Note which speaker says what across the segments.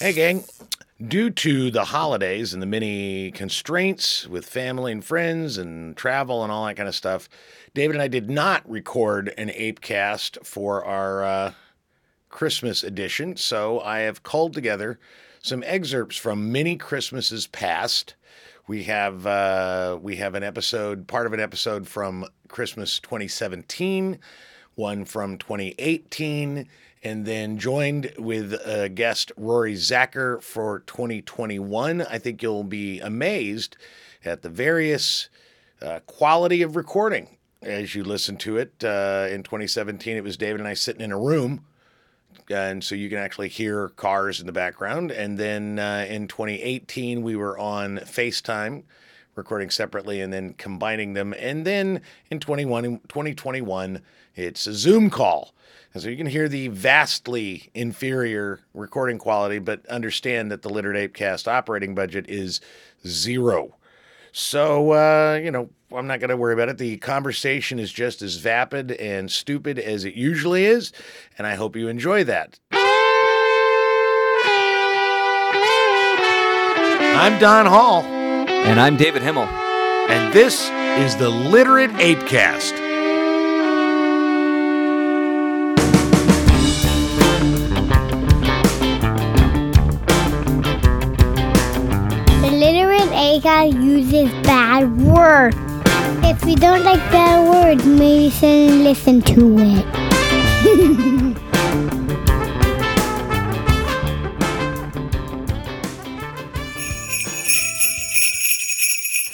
Speaker 1: Hey, gang. Due to the holidays and the many constraints with family and friends and travel and all that kind of stuff, David and I did not record an ape cast for our uh, Christmas edition. So I have culled together some excerpts from many Christmases past. We have uh, we have an episode, part of an episode from Christmas 2017, one from 2018, and then joined with uh, guest Rory Zacher for 2021. I think you'll be amazed at the various uh, quality of recording as you listen to it. Uh, in 2017, it was David and I sitting in a room and so you can actually hear cars in the background. And then uh, in 2018, we were on FaceTime, recording separately and then combining them. And then in 21, in 2021, it's a Zoom call. And so you can hear the vastly inferior recording quality, but understand that the Littered Ape Cast operating budget is zero. So, uh, you know, I'm not going to worry about it. The conversation is just as vapid and stupid as it usually is, and I hope you enjoy that. I'm Don Hall,
Speaker 2: And I'm David Himmel.
Speaker 1: and this is the Literate Apecast.
Speaker 3: The literate AI uses bad words. If you don't like bad words, maybe sit and listen to it.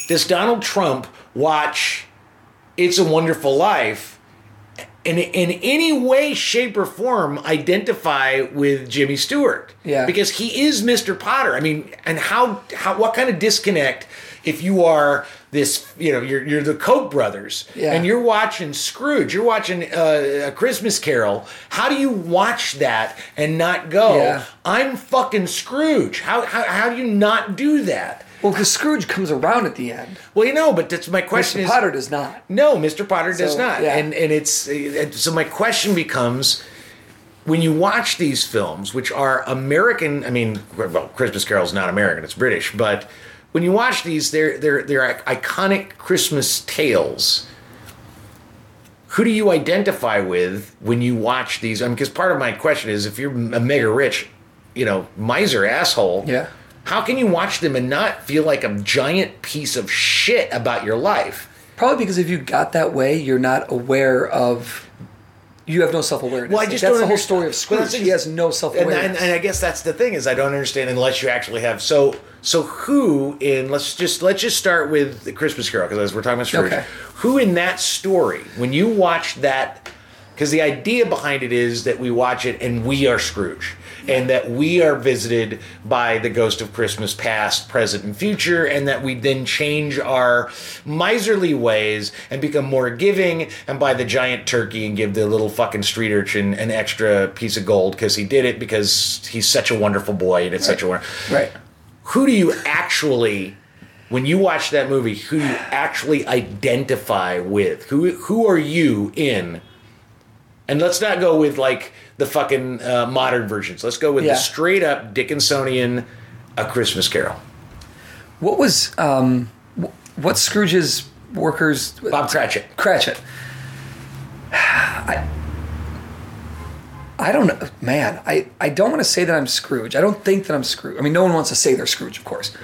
Speaker 1: Does Donald Trump watch It's a Wonderful Life and in any way, shape, or form identify with Jimmy Stewart?
Speaker 4: Yeah.
Speaker 1: Because he is Mr. Potter. I mean, and how, how what kind of disconnect if you are this, you know, you're, you're the Koch brothers
Speaker 4: Yeah.
Speaker 1: and you're watching Scrooge, you're watching uh, A Christmas Carol. How do you watch that and not go,
Speaker 4: Yeah.
Speaker 1: I'm fucking Scrooge? How, how, how do you not do that?
Speaker 4: Well, because Scrooge comes around at the end.
Speaker 1: Well, you know, but that's my question
Speaker 4: Mr.
Speaker 1: is
Speaker 4: Potter does not.
Speaker 1: no, Mr. Potter does
Speaker 4: So,
Speaker 1: not.
Speaker 4: yeah.
Speaker 1: And and it's and so my question becomes when you watch these films, which are American, I mean, well, Christmas Carol's not American, it's British, but when you watch these, they're they're they're iconic Christmas tales. Who do you identify with when you watch these? I mean, because part of my question is, if you're a mega rich, you know, miser asshole,
Speaker 4: Yeah.
Speaker 1: how can you watch them and not feel like a giant piece of shit about your life?
Speaker 4: Probably because if you got that way, you're not aware of. You have no self awareness.
Speaker 1: Well, I just
Speaker 4: that's
Speaker 1: don't
Speaker 4: the whole
Speaker 1: underst-
Speaker 4: story of
Speaker 1: Well,
Speaker 4: Scrooge.
Speaker 1: that's
Speaker 4: he
Speaker 1: ex-
Speaker 4: has no self
Speaker 1: and,
Speaker 4: awareness.
Speaker 1: and, and I guess that's the thing is I don't understand unless you actually have so so who in let's just let's just start with the Christmas Carol because we're talking about Scrooge.
Speaker 4: Okay.
Speaker 1: Who in that story when you watch that because the idea behind it is that we watch it and we are Scrooge and that we are visited by the ghost of Christmas past, present, and future, and that we then change our miserly ways and become more giving and buy the giant turkey and give the little fucking street urchin an extra piece of gold because he did it because he's such a wonderful boy and it's such a wonderful.
Speaker 4: right.
Speaker 1: Who do you actually? When you watch that movie, who do you actually identify with? Who who are you in and let's not go with like the fucking uh, modern versions. Let's go with
Speaker 4: Yeah.
Speaker 1: the straight up Dickinsonian A Christmas Carol.
Speaker 4: What was. Um, wh- what's Scrooge's workers.
Speaker 1: Bob Cratchit.
Speaker 4: Cratchit. I. I don't know, man. I, I don't want to say that I'm Scrooge. I don't think that I'm Scrooge. I mean, no one wants to say they're Scrooge, of course.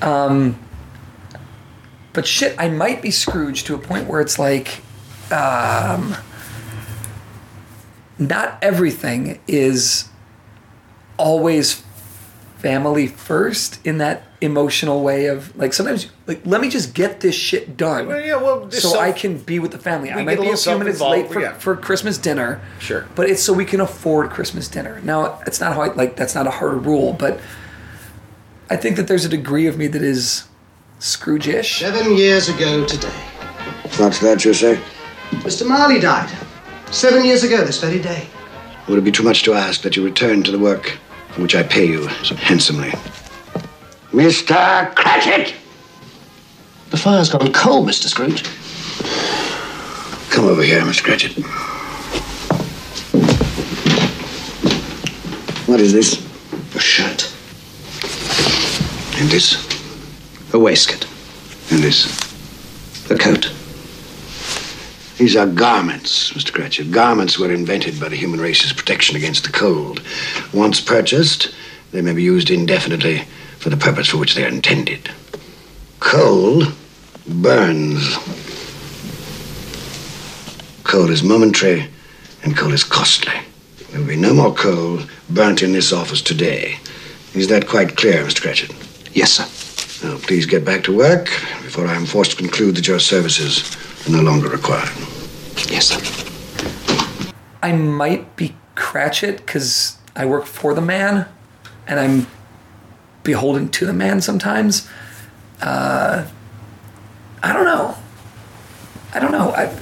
Speaker 4: Um, but shit, I might be Scrooge to a point where it's like, um, not everything is always family first in that emotional way of like sometimes like let me just get this shit done
Speaker 1: Well, yeah, well,
Speaker 4: so,
Speaker 1: so-
Speaker 4: I can be with the family. I
Speaker 1: We
Speaker 4: might
Speaker 1: get a
Speaker 4: be a
Speaker 1: little
Speaker 4: few minutes late
Speaker 1: self-involved,
Speaker 4: for,
Speaker 1: yeah.
Speaker 4: for Christmas dinner.
Speaker 1: Sure.
Speaker 4: But it's so we can afford Christmas dinner. Now, it's not how I like, that's not a hard rule, but I think that there's a degree of me that is Scrooge ish.
Speaker 5: Seven years ago today,
Speaker 6: Not that you say?
Speaker 5: Mr. Marley died. Seven years ago this very day.
Speaker 6: Would it be too much to ask that you return to the work for which I pay you so handsomely? Mr. Cratchit!
Speaker 5: The fire's gone cold, Mr. Scrooge.
Speaker 6: Come over here, Miss Cratchit. What is this?
Speaker 5: Your shirt.
Speaker 6: And this? A waistcoat. And this? A coat. These are garments, Mr. Cratchit. Garments were invented by the human race's protection against the cold. Once purchased, they may be used indefinitely for the purpose for which they are intended. Coal burns. Coal is momentary, and coal is costly. There will be no more coal burnt in this office today. Is that quite clear, Mr. Cratchit?
Speaker 7: Yes, sir.
Speaker 6: Now, please get back to work before I am forced to conclude that your services are no longer required.
Speaker 7: Yes, sir.
Speaker 8: I might be Cratchit because I work for the man, and I'm beholden to the man sometimes. Uh, I don't know. I don't know. I,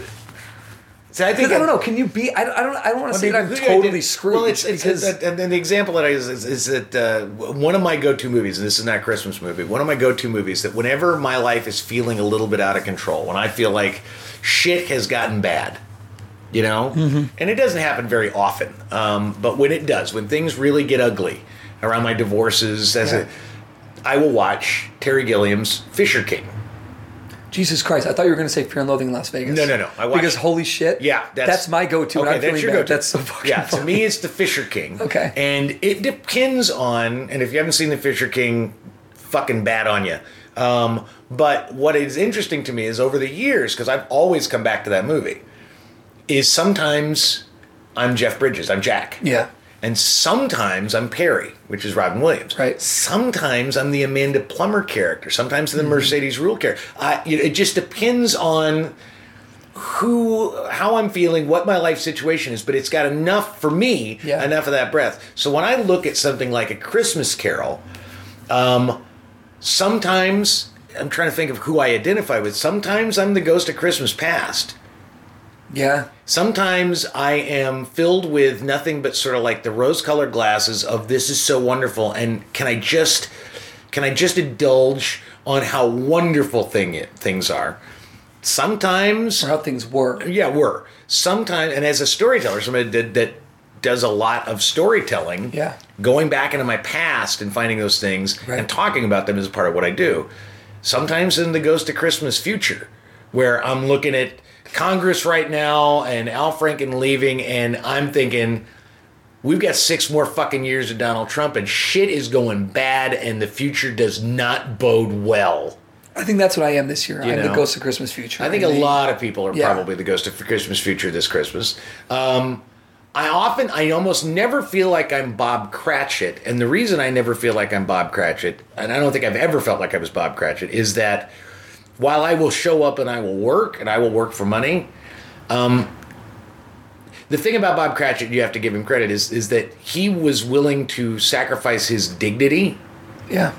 Speaker 1: See, I
Speaker 8: I
Speaker 1: think
Speaker 8: don't know. Can you be? I don't. I don't, I don't want to say that I'm
Speaker 1: the idea-
Speaker 8: totally screwed.
Speaker 1: Well, it's, it's, it's and then the example that I use is, is that uh, one of my go-to movies, and this is not a Christmas movie. One of my go-to movies that whenever my life is feeling a little bit out of control, when I feel like shit has gotten bad, you know, and it doesn't happen very often, um, but when it does, when things really get ugly around my divorces, as a, I will watch Terry Gilliam's Fisher King.
Speaker 8: Jesus Christ! I thought you were going to say Fear and Loathing in Las Vegas.
Speaker 1: No, no, no. I watched-
Speaker 8: because holy shit.
Speaker 1: Yeah,
Speaker 8: that's, my go-to. when I'm feeling bad. That's so fucking.
Speaker 1: yeah. To
Speaker 8: funny.
Speaker 1: me, it's the Fisher King.
Speaker 8: Okay.
Speaker 1: and it depends on, and if you haven't seen the Fisher King, fucking bad on you. Um, but what is interesting to me is over the years, because I've always come back to that movie, is sometimes I'm Jeff Bridges, I'm Jack.
Speaker 8: Yeah.
Speaker 1: And sometimes I'm Perry, which is Robin Williams.
Speaker 8: Right.
Speaker 1: Sometimes I'm the Amanda Plummer character. Sometimes
Speaker 8: Mm-hmm.
Speaker 1: the Mercedes Rule character. I, you know, it just depends on who, how I'm feeling, what my life situation is. But it's got enough for me,
Speaker 8: Yeah.
Speaker 1: enough of that breath. So when I look at something like a Christmas Carol, um, sometimes I'm trying to think of who I identify with. Sometimes I'm the ghost of Christmas past.
Speaker 8: Yeah.
Speaker 1: Sometimes I am filled with nothing but sort of like the rose-colored glasses of this is so wonderful and can I just can I just indulge on how wonderful thing it, things are. Sometimes
Speaker 8: Or how things work.
Speaker 1: yeah, were. Sometimes and as a storyteller, somebody that, that does a lot of storytelling,
Speaker 8: Yeah.
Speaker 1: going back into my past and finding those things
Speaker 8: Right.
Speaker 1: and talking about them is part of what I do. Sometimes in the Ghost of Christmas future, where I'm looking at Congress right now and Al Franken leaving, and I'm thinking, we've got six more fucking years of Donald Trump, and shit is going bad, and the future does not bode well.
Speaker 8: I think that's what I am this year. I'm
Speaker 1: know.
Speaker 8: the ghost of Christmas future.
Speaker 1: I think a
Speaker 8: I'm the-
Speaker 1: lot of people are
Speaker 8: Yeah.
Speaker 1: probably the ghost of Christmas future this Christmas. Um, I often, I almost never feel like I'm Bob Cratchit, and the reason I never feel like I'm Bob Cratchit, and I don't think I've ever felt like I was Bob Cratchit, is that while I will show up and I will work and I will work for money, um, the thing about Bob Cratchit you have to give him credit is is that he was willing to sacrifice his dignity
Speaker 8: Yeah.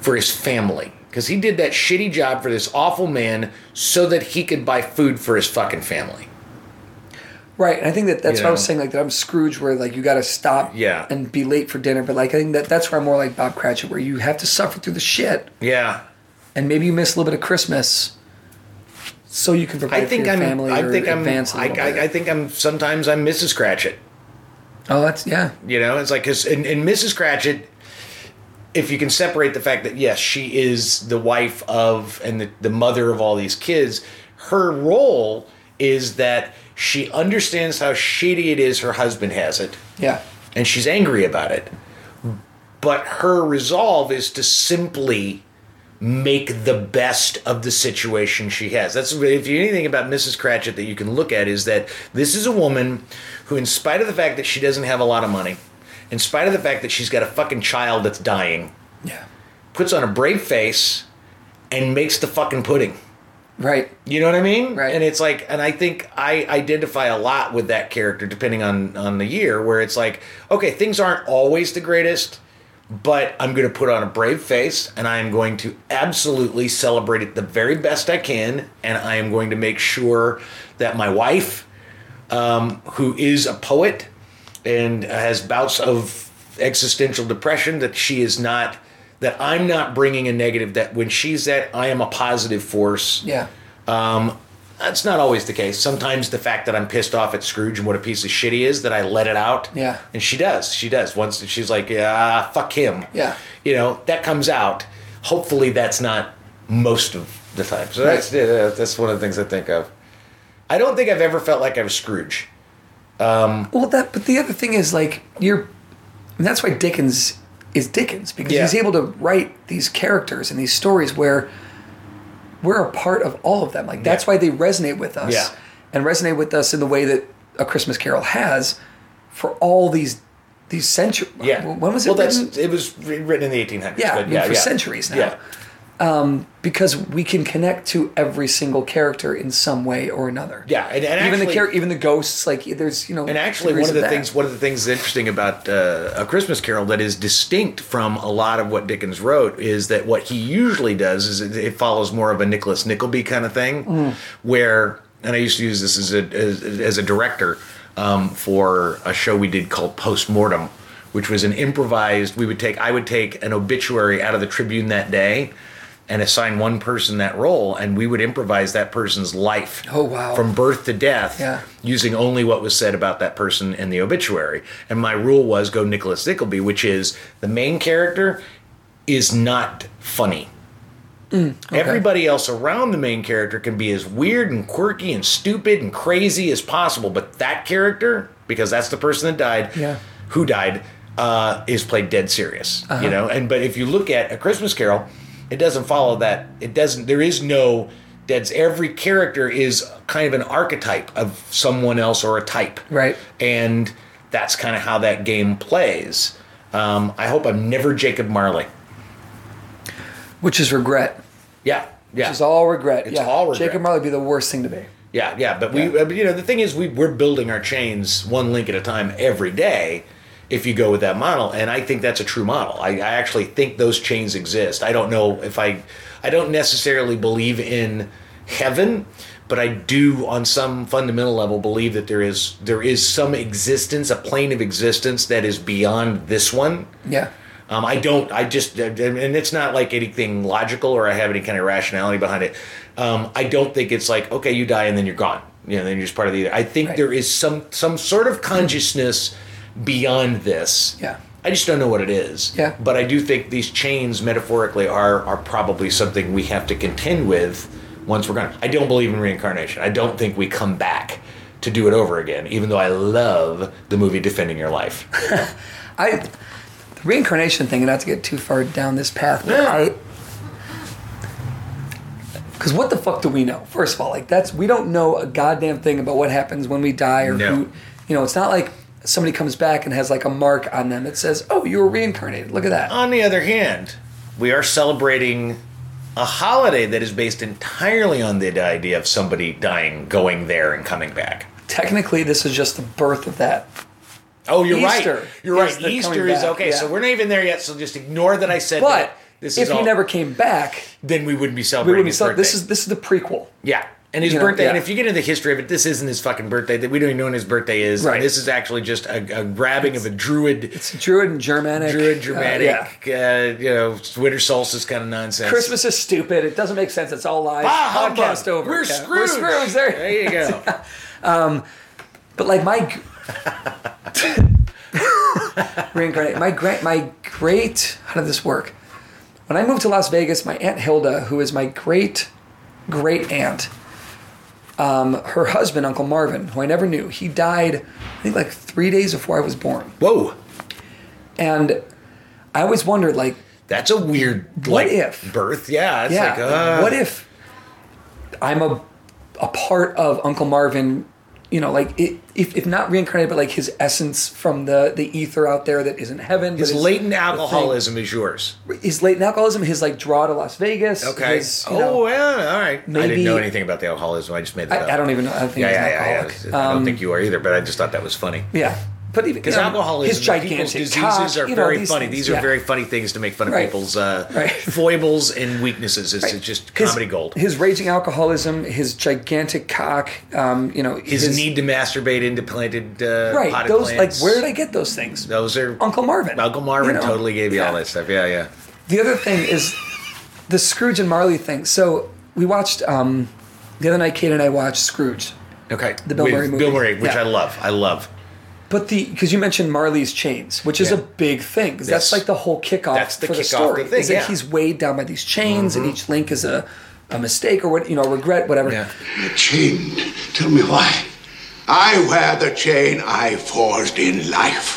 Speaker 1: for his family because he did that shitty job for this awful man so that he could buy food for his fucking family.
Speaker 8: Right, and I think that that's
Speaker 1: You
Speaker 8: what I was
Speaker 1: know?
Speaker 8: saying. Like that, I'm Scrooge, where like you got to stop,
Speaker 1: Yeah.
Speaker 8: and be late for dinner. But like, I think that that's where I'm more like Bob Cratchit, where you have to suffer through the shit,
Speaker 1: Yeah.
Speaker 8: and maybe you miss a little bit of Christmas, so you can provide
Speaker 1: I think
Speaker 8: for your
Speaker 1: I'm
Speaker 8: family.
Speaker 1: I
Speaker 8: or
Speaker 1: think I'm I,
Speaker 8: advance a little bit.
Speaker 1: I, I think I'm sometimes I'm Mrs. Cratchit.
Speaker 8: oh, that's yeah,
Speaker 1: You know, it's like cuz and, and Mrs. Cratchit if you can separate the fact that yes, she is the wife of and the, the mother of all these kids, her role is that she understands how shitty it is her husband has it.
Speaker 8: yeah,
Speaker 1: and she's angry about it. But her resolve is to simply make the best of the situation she has. That's if you anything about Mrs. Cratchit that you can look at is that this is a woman who, in spite of the fact that she doesn't have a lot of money, in spite of the fact that she's got a fucking child that's dying,
Speaker 8: yeah,
Speaker 1: puts on a brave face and makes the fucking pudding.
Speaker 8: right,
Speaker 1: You know what I mean?
Speaker 8: Right.
Speaker 1: And it's like, and I think I identify a lot with that character depending on on the year, where it's like, okay, things aren't always the greatest, but I'm going to put on a brave face, and I am going to absolutely celebrate it the very best I can, and I am going to make sure that my wife, um, who is a poet and has bouts of existential depression, that she is not. That I'm not bringing a negative. That when she's that, I am a positive force.
Speaker 8: yeah,
Speaker 1: Um, that's not always the case. Sometimes the fact that I'm pissed off at Scrooge and what a piece of shit he is, that I let it out.
Speaker 8: Yeah.
Speaker 1: And she does. She does. Once she's like, ah, fuck him.
Speaker 8: Yeah.
Speaker 1: You know, that comes out. hopefully that's not most of the time. So that's yeah, that's one of the things I think of. I don't think I've ever felt like I was Scrooge.
Speaker 4: Well, that but the other thing is like you're, and that's why Dickens is Dickens because
Speaker 1: Yeah.
Speaker 4: he's able to write these characters and these stories where we're a part of all of them. Like that's why they resonate with us
Speaker 1: Yeah.
Speaker 4: and resonate with us in the way that A Christmas Carol has for all these these centuries.
Speaker 1: Yeah.
Speaker 4: when was it
Speaker 1: Well,
Speaker 4: written?
Speaker 1: that's it was re- written in the 1800s.
Speaker 4: yeah, I
Speaker 1: but
Speaker 4: mean, for centuries now.
Speaker 1: Yeah.
Speaker 4: Because we can connect to every single character in some way or another.
Speaker 1: Yeah, and- and
Speaker 4: even the
Speaker 1: actually-
Speaker 4: char- even the ghosts, like there's you know.
Speaker 1: And actually,
Speaker 4: theories
Speaker 1: one of the
Speaker 4: that.
Speaker 1: things one of the things that's interesting about uh, a Christmas Carol that is distinct from a lot of what Dickens wrote is that what he usually does is it, it follows more of a Nicholas Nickleby kind of thing,
Speaker 4: Mm.
Speaker 1: where and I used to use this as a as, as a director um, for a show we did called Postmortem, which was an improvised. We would take I would take an obituary out of the Tribune that day. And assign one person that role, and we would improvise that person's life.
Speaker 4: Oh, wow.
Speaker 1: From birth to death,
Speaker 4: Yeah.
Speaker 1: using only what was said about that person in the obituary. And my rule was go Nicholas Nickleby, which is the main character is not funny. Everybody else around the main character can be as weird and quirky and stupid and crazy as possible, but that character, because that's the person that died,
Speaker 4: Yeah.
Speaker 1: who died, uh, is played dead serious.
Speaker 4: Uh-huh.
Speaker 1: You know, and but if you look at a Christmas Carol, it doesn't follow that. It doesn't. There is no dead's. Every character is kind of an archetype of someone else or a type,
Speaker 4: Right.
Speaker 1: And that's kind of how that game plays. Um, I hope I'm never Jacob Marley.
Speaker 4: which is regret.
Speaker 1: Yeah, yeah.
Speaker 4: It's all regret.
Speaker 1: It's
Speaker 4: yeah.
Speaker 1: all regret.
Speaker 4: Jacob Marley would be the worst thing to be.
Speaker 1: Yeah, yeah, but we, but, you know, the thing is, we we're building our chains one link at a time every day. If you go with that model, and I think that's a true model. I, I actually think those chains exist. I don't know if I, I don't necessarily believe in heaven, but I do, on some fundamental level, believe that there is there is some existence, a plane of existence that is beyond this one.
Speaker 4: Yeah.
Speaker 1: Um, I don't. I just, and it's not like anything logical or I have any kind of rationality behind it. Um, I don't think it's like okay, you die and then you're gone. You know, then you're just part of the. I think
Speaker 4: Right.
Speaker 1: there is some some sort of consciousness beyond this.
Speaker 4: Yeah.
Speaker 1: I just don't know what it is.
Speaker 4: Yeah.
Speaker 1: But I do think these chains, metaphorically, are are probably something we have to contend with once we're gone. I don't believe in reincarnation. I don't think we come back to do it over again. Even though I love the movie Defending Your Life.
Speaker 4: I the reincarnation thing, and not to get too far down this path, but I because what the fuck do we know? First of all, like that's we don't know a goddamn thing about what happens when we die or
Speaker 1: No.
Speaker 4: who. You know, it's not like somebody comes back and has like a mark on them that says, "Oh, you were reincarnated." Look at that.
Speaker 1: On the other hand, we are celebrating a holiday that is based entirely on the idea of somebody dying, going there, and coming back.
Speaker 4: Technically, this is just the birth of that.
Speaker 1: Oh, you're right.
Speaker 4: Easter
Speaker 1: You're
Speaker 4: is
Speaker 1: right.
Speaker 4: the
Speaker 1: Easter
Speaker 4: coming
Speaker 1: is
Speaker 4: back,
Speaker 1: okay. So
Speaker 4: yeah.
Speaker 1: we're not even there yet. So just ignore that I said
Speaker 4: But
Speaker 1: that. This
Speaker 4: if
Speaker 1: is
Speaker 4: he
Speaker 1: all,
Speaker 4: never came back,
Speaker 1: then we wouldn't be
Speaker 4: we
Speaker 1: celebrating
Speaker 4: would be
Speaker 1: his
Speaker 4: so,
Speaker 1: birthday.
Speaker 4: this is this is the prequel.
Speaker 1: yeah. And his
Speaker 4: you know,
Speaker 1: birthday, and
Speaker 4: yeah.
Speaker 1: if you get into the history of it, this isn't his fucking birthday. That we don't even know when his birthday is.
Speaker 4: Right.
Speaker 1: And this is actually just a, a grabbing of a druid,
Speaker 4: It's Druid and Germanic.
Speaker 1: druid
Speaker 4: uh,
Speaker 1: dramatic,
Speaker 4: yeah.
Speaker 1: uh, you know, winter solstice kind of nonsense.
Speaker 4: Christmas is stupid. It doesn't make sense. It's all lies.
Speaker 1: Ah, humbug.
Speaker 4: Podcast over.
Speaker 1: We're
Speaker 4: Yeah.
Speaker 1: screwed.
Speaker 4: We're Scrooge. There.
Speaker 1: There you go.
Speaker 4: But like my g- reincarnate. My great. My great. How did this work? When I moved to Las Vegas, my aunt Hilda, who is my great great aunt, um, her husband, Uncle Marvin, who I never knew, he died. I think like three days before I was born,
Speaker 1: Whoa.
Speaker 4: and I always wondered like
Speaker 1: That's a weird like
Speaker 4: What if?
Speaker 1: birth. Yeah, it's
Speaker 4: yeah.
Speaker 1: like uh,
Speaker 4: what if I'm a a part of Uncle Marvin? You know, like it, if if not reincarnated, but like his essence from the the ether out there that isn't heaven. but
Speaker 1: his
Speaker 4: is
Speaker 1: latent
Speaker 4: the thing-
Speaker 1: alcoholism is yours.
Speaker 4: his latent alcoholism, his like draw to Las Vegas.
Speaker 1: Okay.
Speaker 4: his, you
Speaker 1: oh
Speaker 4: know-
Speaker 1: yeah. All right. I didn't
Speaker 4: maybe-
Speaker 1: know anything about the alcoholism. I just made that up.
Speaker 4: I, I don't even know. I don't think
Speaker 1: Yeah,
Speaker 4: he's
Speaker 1: yeah,
Speaker 4: an
Speaker 1: yeah, yeah.
Speaker 4: alcoholic. Um,
Speaker 1: I don't think you are either, but I just thought that was funny.
Speaker 4: Yeah, but even
Speaker 1: Because
Speaker 4: you know,
Speaker 1: alcoholism,
Speaker 4: his
Speaker 1: and
Speaker 4: gigantic
Speaker 1: people's diseases
Speaker 4: cock,
Speaker 1: are
Speaker 4: you know,
Speaker 1: very funny.
Speaker 4: things,
Speaker 1: these
Speaker 4: yeah.
Speaker 1: are very funny things to make fun of
Speaker 4: Right.
Speaker 1: people's uh,
Speaker 4: Right.
Speaker 1: foibles and weaknesses. It's
Speaker 4: Right.
Speaker 1: just
Speaker 4: His-
Speaker 1: comedy gold. His,
Speaker 4: His raging alcoholism, his gigantic cock. Um, you know,
Speaker 1: need to masturbate into planted uh,
Speaker 4: right.
Speaker 1: potted
Speaker 4: Those
Speaker 1: plants.
Speaker 4: like where did I get those things?
Speaker 1: Those are
Speaker 4: Uncle Marvin.
Speaker 1: Uncle Marvin
Speaker 4: You know?
Speaker 1: totally gave you all
Speaker 4: Yeah.
Speaker 1: that stuff. Yeah, yeah.
Speaker 4: The other thing is the Scrooge and Marley thing. So we watched um, the other night. Kate and I watched Scrooge.
Speaker 1: Okay.
Speaker 4: The Bill
Speaker 1: With
Speaker 4: Murray movie.
Speaker 1: Bill Murray, which
Speaker 4: Yeah.
Speaker 1: I love. I love.
Speaker 4: But the because you mentioned Marley's chains, which is
Speaker 1: Yeah.
Speaker 4: a big thing because
Speaker 1: Yes.
Speaker 4: that's like the whole kickoff
Speaker 1: That's the
Speaker 4: for the
Speaker 1: kickoff
Speaker 4: story.
Speaker 1: of the thing,
Speaker 4: is that
Speaker 1: yeah. Mm-hmm.
Speaker 4: he's weighed down by these chains, and each link is a, a mistake or what you know, a regret, whatever.
Speaker 1: Yeah.
Speaker 8: The chain. Tell me why. I wear the chain I forged in life.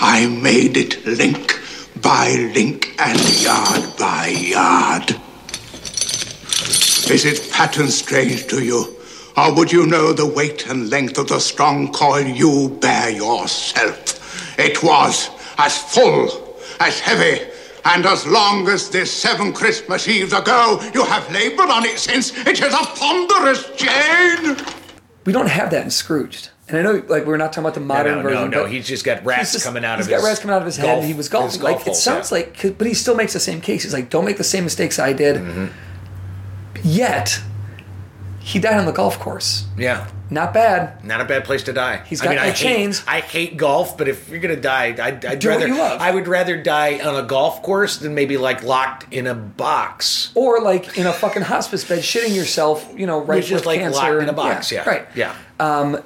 Speaker 8: I made it link by link and yard by yard. Is its pattern strange to you? Or would you know the weight and length of the strong coil you bear yourself? It was as full, as heavy, and as long as this seven Christmas Eves ago you have labored on it since, it is a ponderous chain!
Speaker 4: We don't have that in Scrooged, and I know like we're not talking about the modern
Speaker 1: no,
Speaker 4: version.
Speaker 1: no,
Speaker 4: but
Speaker 1: he's just got rats coming out
Speaker 4: he's
Speaker 1: of
Speaker 4: got
Speaker 1: his
Speaker 4: rats coming out of his head.
Speaker 1: golf-
Speaker 4: and he was
Speaker 1: his
Speaker 4: golfing.
Speaker 1: golf
Speaker 4: like it
Speaker 1: holes,
Speaker 4: sounds
Speaker 1: yeah.
Speaker 4: like, but he still makes the same case. He's like, don't make the same mistakes I did.
Speaker 1: Mm-hmm.
Speaker 4: Yet, he died on the golf course.
Speaker 1: Yeah.
Speaker 4: Not bad.
Speaker 1: Not a bad place to die.
Speaker 4: He's
Speaker 1: I
Speaker 4: got
Speaker 1: mean, I
Speaker 4: no
Speaker 1: hate,
Speaker 4: chains.
Speaker 1: I hate golf, but if you're gonna die, I'd, I'd
Speaker 4: Do what
Speaker 1: rather
Speaker 4: you love.
Speaker 1: I would rather die on a golf course than maybe like locked in a box.
Speaker 4: Or like in a fucking hospice bed, shitting yourself. You know, right
Speaker 1: Which is
Speaker 4: with
Speaker 1: like
Speaker 4: cancer
Speaker 1: locked in a
Speaker 4: and-
Speaker 1: box. Yeah.
Speaker 4: Right. Uh,
Speaker 1: Yeah.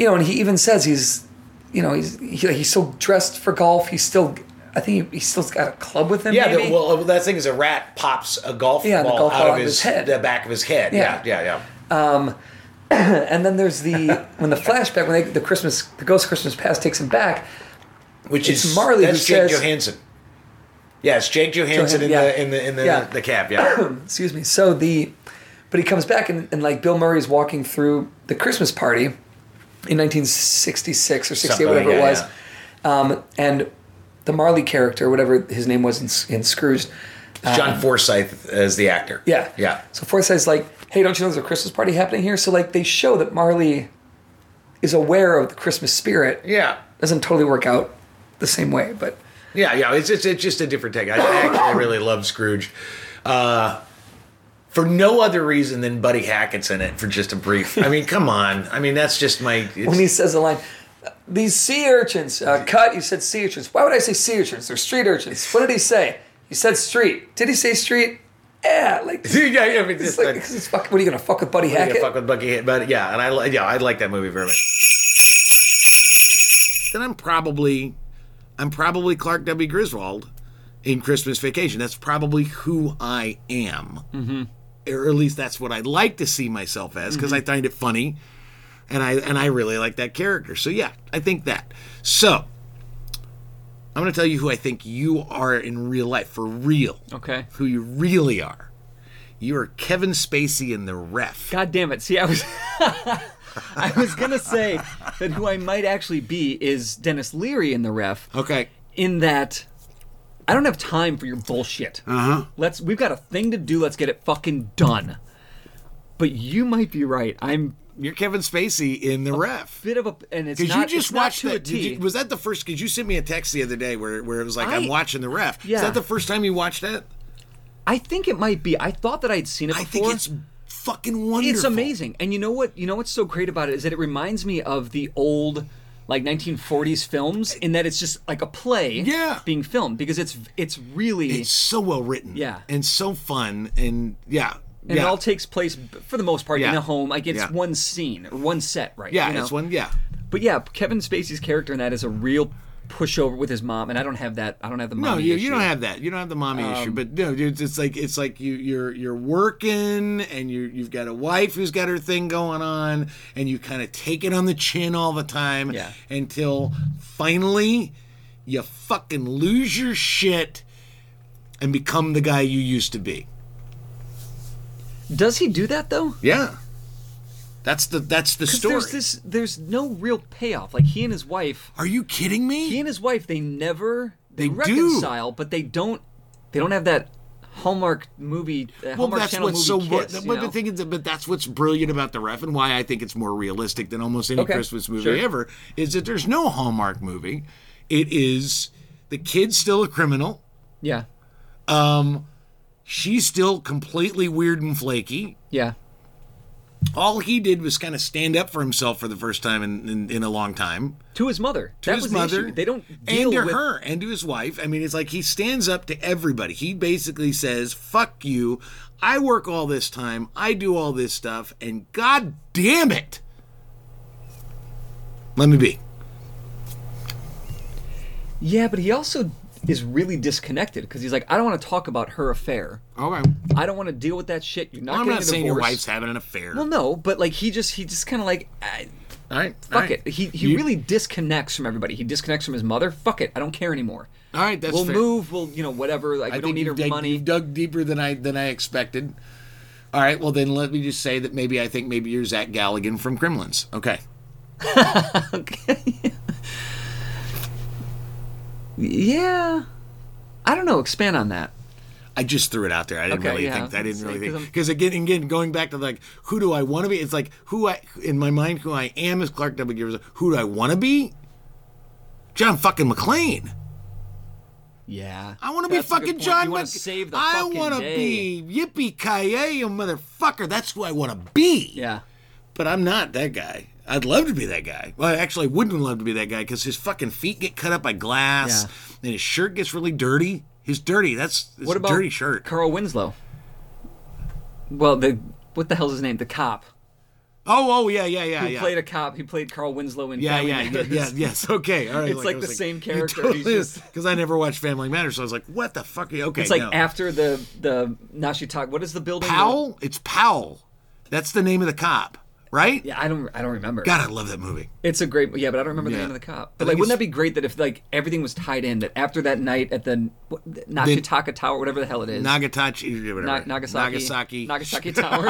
Speaker 4: you know, and he even says he's, you know, he's he, he's still dressed for golf. He's still, I think he, he's still got a club with him.
Speaker 1: Yeah,
Speaker 4: maybe.
Speaker 1: the, well, uh, that thing is a rat pops a golf
Speaker 4: Yeah, the
Speaker 1: ball
Speaker 4: golf
Speaker 1: out
Speaker 4: ball
Speaker 1: of his, head. the back of his head. Yeah,
Speaker 4: Yeah.
Speaker 1: yeah, yeah.
Speaker 4: and then there's the when the flashback when they, the Christmas the ghost of Christmas past takes him back.
Speaker 1: Which
Speaker 4: It's
Speaker 1: is
Speaker 4: Marley
Speaker 1: that's
Speaker 4: who
Speaker 1: Jake
Speaker 4: says-
Speaker 1: Johansson. Yeah, it's Jake Johansson in
Speaker 4: yeah.
Speaker 1: the in the in the,
Speaker 4: Yeah.
Speaker 1: the cab. Yeah,
Speaker 4: Excuse me. So the, but he comes back and, and like Bill Murray's walking through the Christmas party, in 1966 or 68
Speaker 1: Something,
Speaker 4: whatever
Speaker 1: yeah,
Speaker 4: it was,
Speaker 1: yeah.
Speaker 4: um, and the Marley character whatever his name was in, in Scrooge.
Speaker 1: John Forsythe as the actor.
Speaker 4: Yeah.
Speaker 1: Um, yeah.
Speaker 4: So Forsythe's like, hey, don't you know there's a Christmas party happening here? So like they show that Marley is aware of the Christmas spirit.
Speaker 1: Yeah.
Speaker 4: Doesn't totally work out the same way, but
Speaker 1: Yeah, yeah. It's it's, it's just a different take. I actually really love Scrooge. Uh, for no other reason than Buddy Hackett's in it for just a brief. I mean, come on. I mean, that's just my. It's,
Speaker 4: when he says the line, these sea urchins, uh, cut, you said sea urchins. Why would I say sea urchins? They're street urchins. What did he say? You said street. Did he say street? Yeah, like, it's
Speaker 1: yeah, yeah, I mean, just
Speaker 4: like
Speaker 1: that-
Speaker 4: 'cause it's fucking, what are you gonna fuck with Buddy
Speaker 1: Yeah,
Speaker 4: Hackett?
Speaker 1: fuck with Bucky, but yeah, and I li- yeah, I like that movie very much. Then I'm probably, I'm probably Clark W. Griswold in Christmas Vacation. That's probably who I am, or at least that's what I like to see myself as because I find it funny, and I and I really like that character. So yeah, I think that. So I'm gonna tell you who I think you are in real life, for real,
Speaker 9: Okay.
Speaker 1: who you really are. You are Kevin Spacey in the Ref.
Speaker 9: God damn it. See, I was I was going to say that who I might actually be is Dennis Leary in the ref
Speaker 1: Okay.
Speaker 9: in that I don't have time for your bullshit. Uh-huh. Let's we've got a thing to do. Let's get it fucking done. But you might be right. I'm
Speaker 1: You're Kevin Spacey in the ref.
Speaker 9: bit of a and it's
Speaker 1: Because
Speaker 9: not
Speaker 1: you just
Speaker 9: it's not
Speaker 1: watched
Speaker 9: to a
Speaker 1: that. did
Speaker 9: T.
Speaker 1: you- was that the first? Because you sent me a text the other day where, where it was like, I,
Speaker 9: I-
Speaker 1: am watching the ref. Is
Speaker 9: Yeah.
Speaker 1: that the first time you watched that?
Speaker 9: I think it might be. I thought that I'd seen it
Speaker 1: I
Speaker 9: before.
Speaker 1: think it's fucking wonderful.
Speaker 9: It's amazing. And you know what? You know what's so great about it is that it reminds me of the old like 1940s films in that it's just like a play
Speaker 1: Yeah.
Speaker 9: being filmed because it's it's really
Speaker 1: It's so well written.
Speaker 9: Yeah.
Speaker 1: And so fun. And yeah.
Speaker 9: and
Speaker 1: yeah.
Speaker 9: it all takes place b- for the most part
Speaker 1: Yeah.
Speaker 9: in a home. Like it's
Speaker 1: Yeah.
Speaker 9: one scene or one set, right?
Speaker 1: yeah.
Speaker 9: You know?
Speaker 1: It's one. Yeah.
Speaker 9: But yeah, Kevin Spacey's character in that is a real pushover with his mom, and I don't have that. I don't have the
Speaker 1: No,
Speaker 9: mommy
Speaker 1: you,
Speaker 9: issue. Um,
Speaker 1: you don't have that. You don't have the mommy issue, but no, dude, it's like it's like you you're you're working and you you've got a wife who's got her thing going on, and you kind of take it on the chin all the time
Speaker 9: Yeah.
Speaker 1: until finally you fucking lose your shit and become the guy you used to be.
Speaker 9: Does he do that though?
Speaker 1: Yeah, that's the that's the
Speaker 9: Because
Speaker 1: story.
Speaker 9: there's this, there's no real payoff. Like he and his wife,
Speaker 1: Are you kidding me?
Speaker 9: he and his wife, they never they,
Speaker 1: They do.
Speaker 9: reconcile, but they don't, they don't have that Hallmark movie, uh, Hallmark Channel movie
Speaker 1: wor-
Speaker 9: kiss. you
Speaker 1: but
Speaker 9: know?
Speaker 1: the thing is, but that's what's brilliant about the ref and why I think it's more realistic than almost any
Speaker 4: Okay,
Speaker 1: Christmas movie
Speaker 4: sure.
Speaker 1: ever is that there's no Hallmark movie. It is the kid's still a criminal. Um,
Speaker 9: yeah,
Speaker 1: She's still completely weird and flaky.
Speaker 9: yeah,
Speaker 1: All he did was kind of stand up for himself for the first time in, in, in a long time.
Speaker 9: to his mother.
Speaker 1: to
Speaker 9: that
Speaker 1: his
Speaker 9: was the
Speaker 1: mother.
Speaker 9: issue. They don't
Speaker 1: and
Speaker 9: deal
Speaker 1: to
Speaker 9: with
Speaker 1: her and to his wife. I mean, it's like he stands up to everybody. He basically says, "Fuck you. I work all this time. I do all this stuff, and god damn it, let me be."
Speaker 4: Yeah, but he also is really disconnected because he's like, I don't want to talk about her affair.
Speaker 1: Okay.
Speaker 4: I don't want to deal with that shit. You're not
Speaker 1: I'm
Speaker 4: getting
Speaker 1: not
Speaker 4: a
Speaker 1: saying your
Speaker 4: divorce."
Speaker 1: wife's having an affair.
Speaker 4: Well, no, but like he just he just kind of like I
Speaker 1: all right.
Speaker 4: fuck it. He he really disconnects from everybody. He disconnects from his mother. Fuck it. I don't care anymore.
Speaker 1: All right, that's
Speaker 4: we'll
Speaker 1: fair.
Speaker 4: move. We'll you know whatever. Like I we don't need her
Speaker 1: you've dig-
Speaker 4: money.
Speaker 1: you've dug deeper than I than I expected. All right, well then let me just say that maybe I think maybe you're Zach Galligan from Gremlins. Okay.
Speaker 4: Okay. yeah. I don't know. Expand on that.
Speaker 1: I just threw it out there. I didn't
Speaker 4: Okay,
Speaker 1: really
Speaker 4: yeah, I was
Speaker 1: think. I
Speaker 4: gonna
Speaker 1: didn't
Speaker 4: say,
Speaker 1: really
Speaker 4: 'cause
Speaker 1: think
Speaker 4: I'm-
Speaker 1: because again, again, going back to like who do I want to be? It's like who I in my mind who I am is Clark W. Givers. Who do I want to be? John fucking McClane.
Speaker 4: Yeah.
Speaker 1: I want to be
Speaker 4: That's a good
Speaker 1: fucking
Speaker 4: point.
Speaker 1: John.
Speaker 4: You
Speaker 1: McClane.
Speaker 4: want to save the
Speaker 1: I
Speaker 4: fucking
Speaker 1: wanna
Speaker 4: day.
Speaker 1: be yippee ki yay, you motherfucker. That's who I want to be.
Speaker 4: Yeah.
Speaker 1: But I'm not that guy. I'd love to be that guy. Well, I actually wouldn't love to be that guy because his fucking feet get cut up by glass and his shirt gets really dirty. He's dirty. That's it's
Speaker 4: What about
Speaker 1: a dirty shirt.
Speaker 4: Carl Winslow. Well, the what the hell's his name? The cop.
Speaker 1: oh, oh, yeah, yeah, yeah,
Speaker 4: He
Speaker 1: yeah.
Speaker 4: played a cop. He played Carl Winslow in
Speaker 1: yeah,
Speaker 4: Family
Speaker 1: yeah, yeah,
Speaker 4: Matters.
Speaker 1: yeah, yes. Okay, all right.
Speaker 4: It's like
Speaker 1: I
Speaker 4: the
Speaker 1: was
Speaker 4: same
Speaker 1: it
Speaker 4: character,
Speaker 1: Totally
Speaker 4: he's just-
Speaker 1: because I never watched Family Matters, so I was like, "What the fuck?" Are you? Okay,
Speaker 4: It's like
Speaker 1: no.
Speaker 4: after the the Nashitag. What is the building?
Speaker 1: Powell. It's Powell. That's the name of the cop, right?
Speaker 4: Yeah, I don't I don't remember.
Speaker 1: God, I love that movie.
Speaker 4: It's a great yeah, but I don't remember
Speaker 1: Yeah.
Speaker 4: the name of the cop.
Speaker 1: I
Speaker 4: But
Speaker 1: think
Speaker 4: like, wouldn't
Speaker 1: it's-
Speaker 4: that be great that if like everything was tied in? That after that night at the what- the Nashitaka Tower, whatever the hell it is.
Speaker 1: Nagatachi, whatever.
Speaker 4: Na- Nagasaki,
Speaker 1: Nagasaki.
Speaker 4: Nagasaki Tower.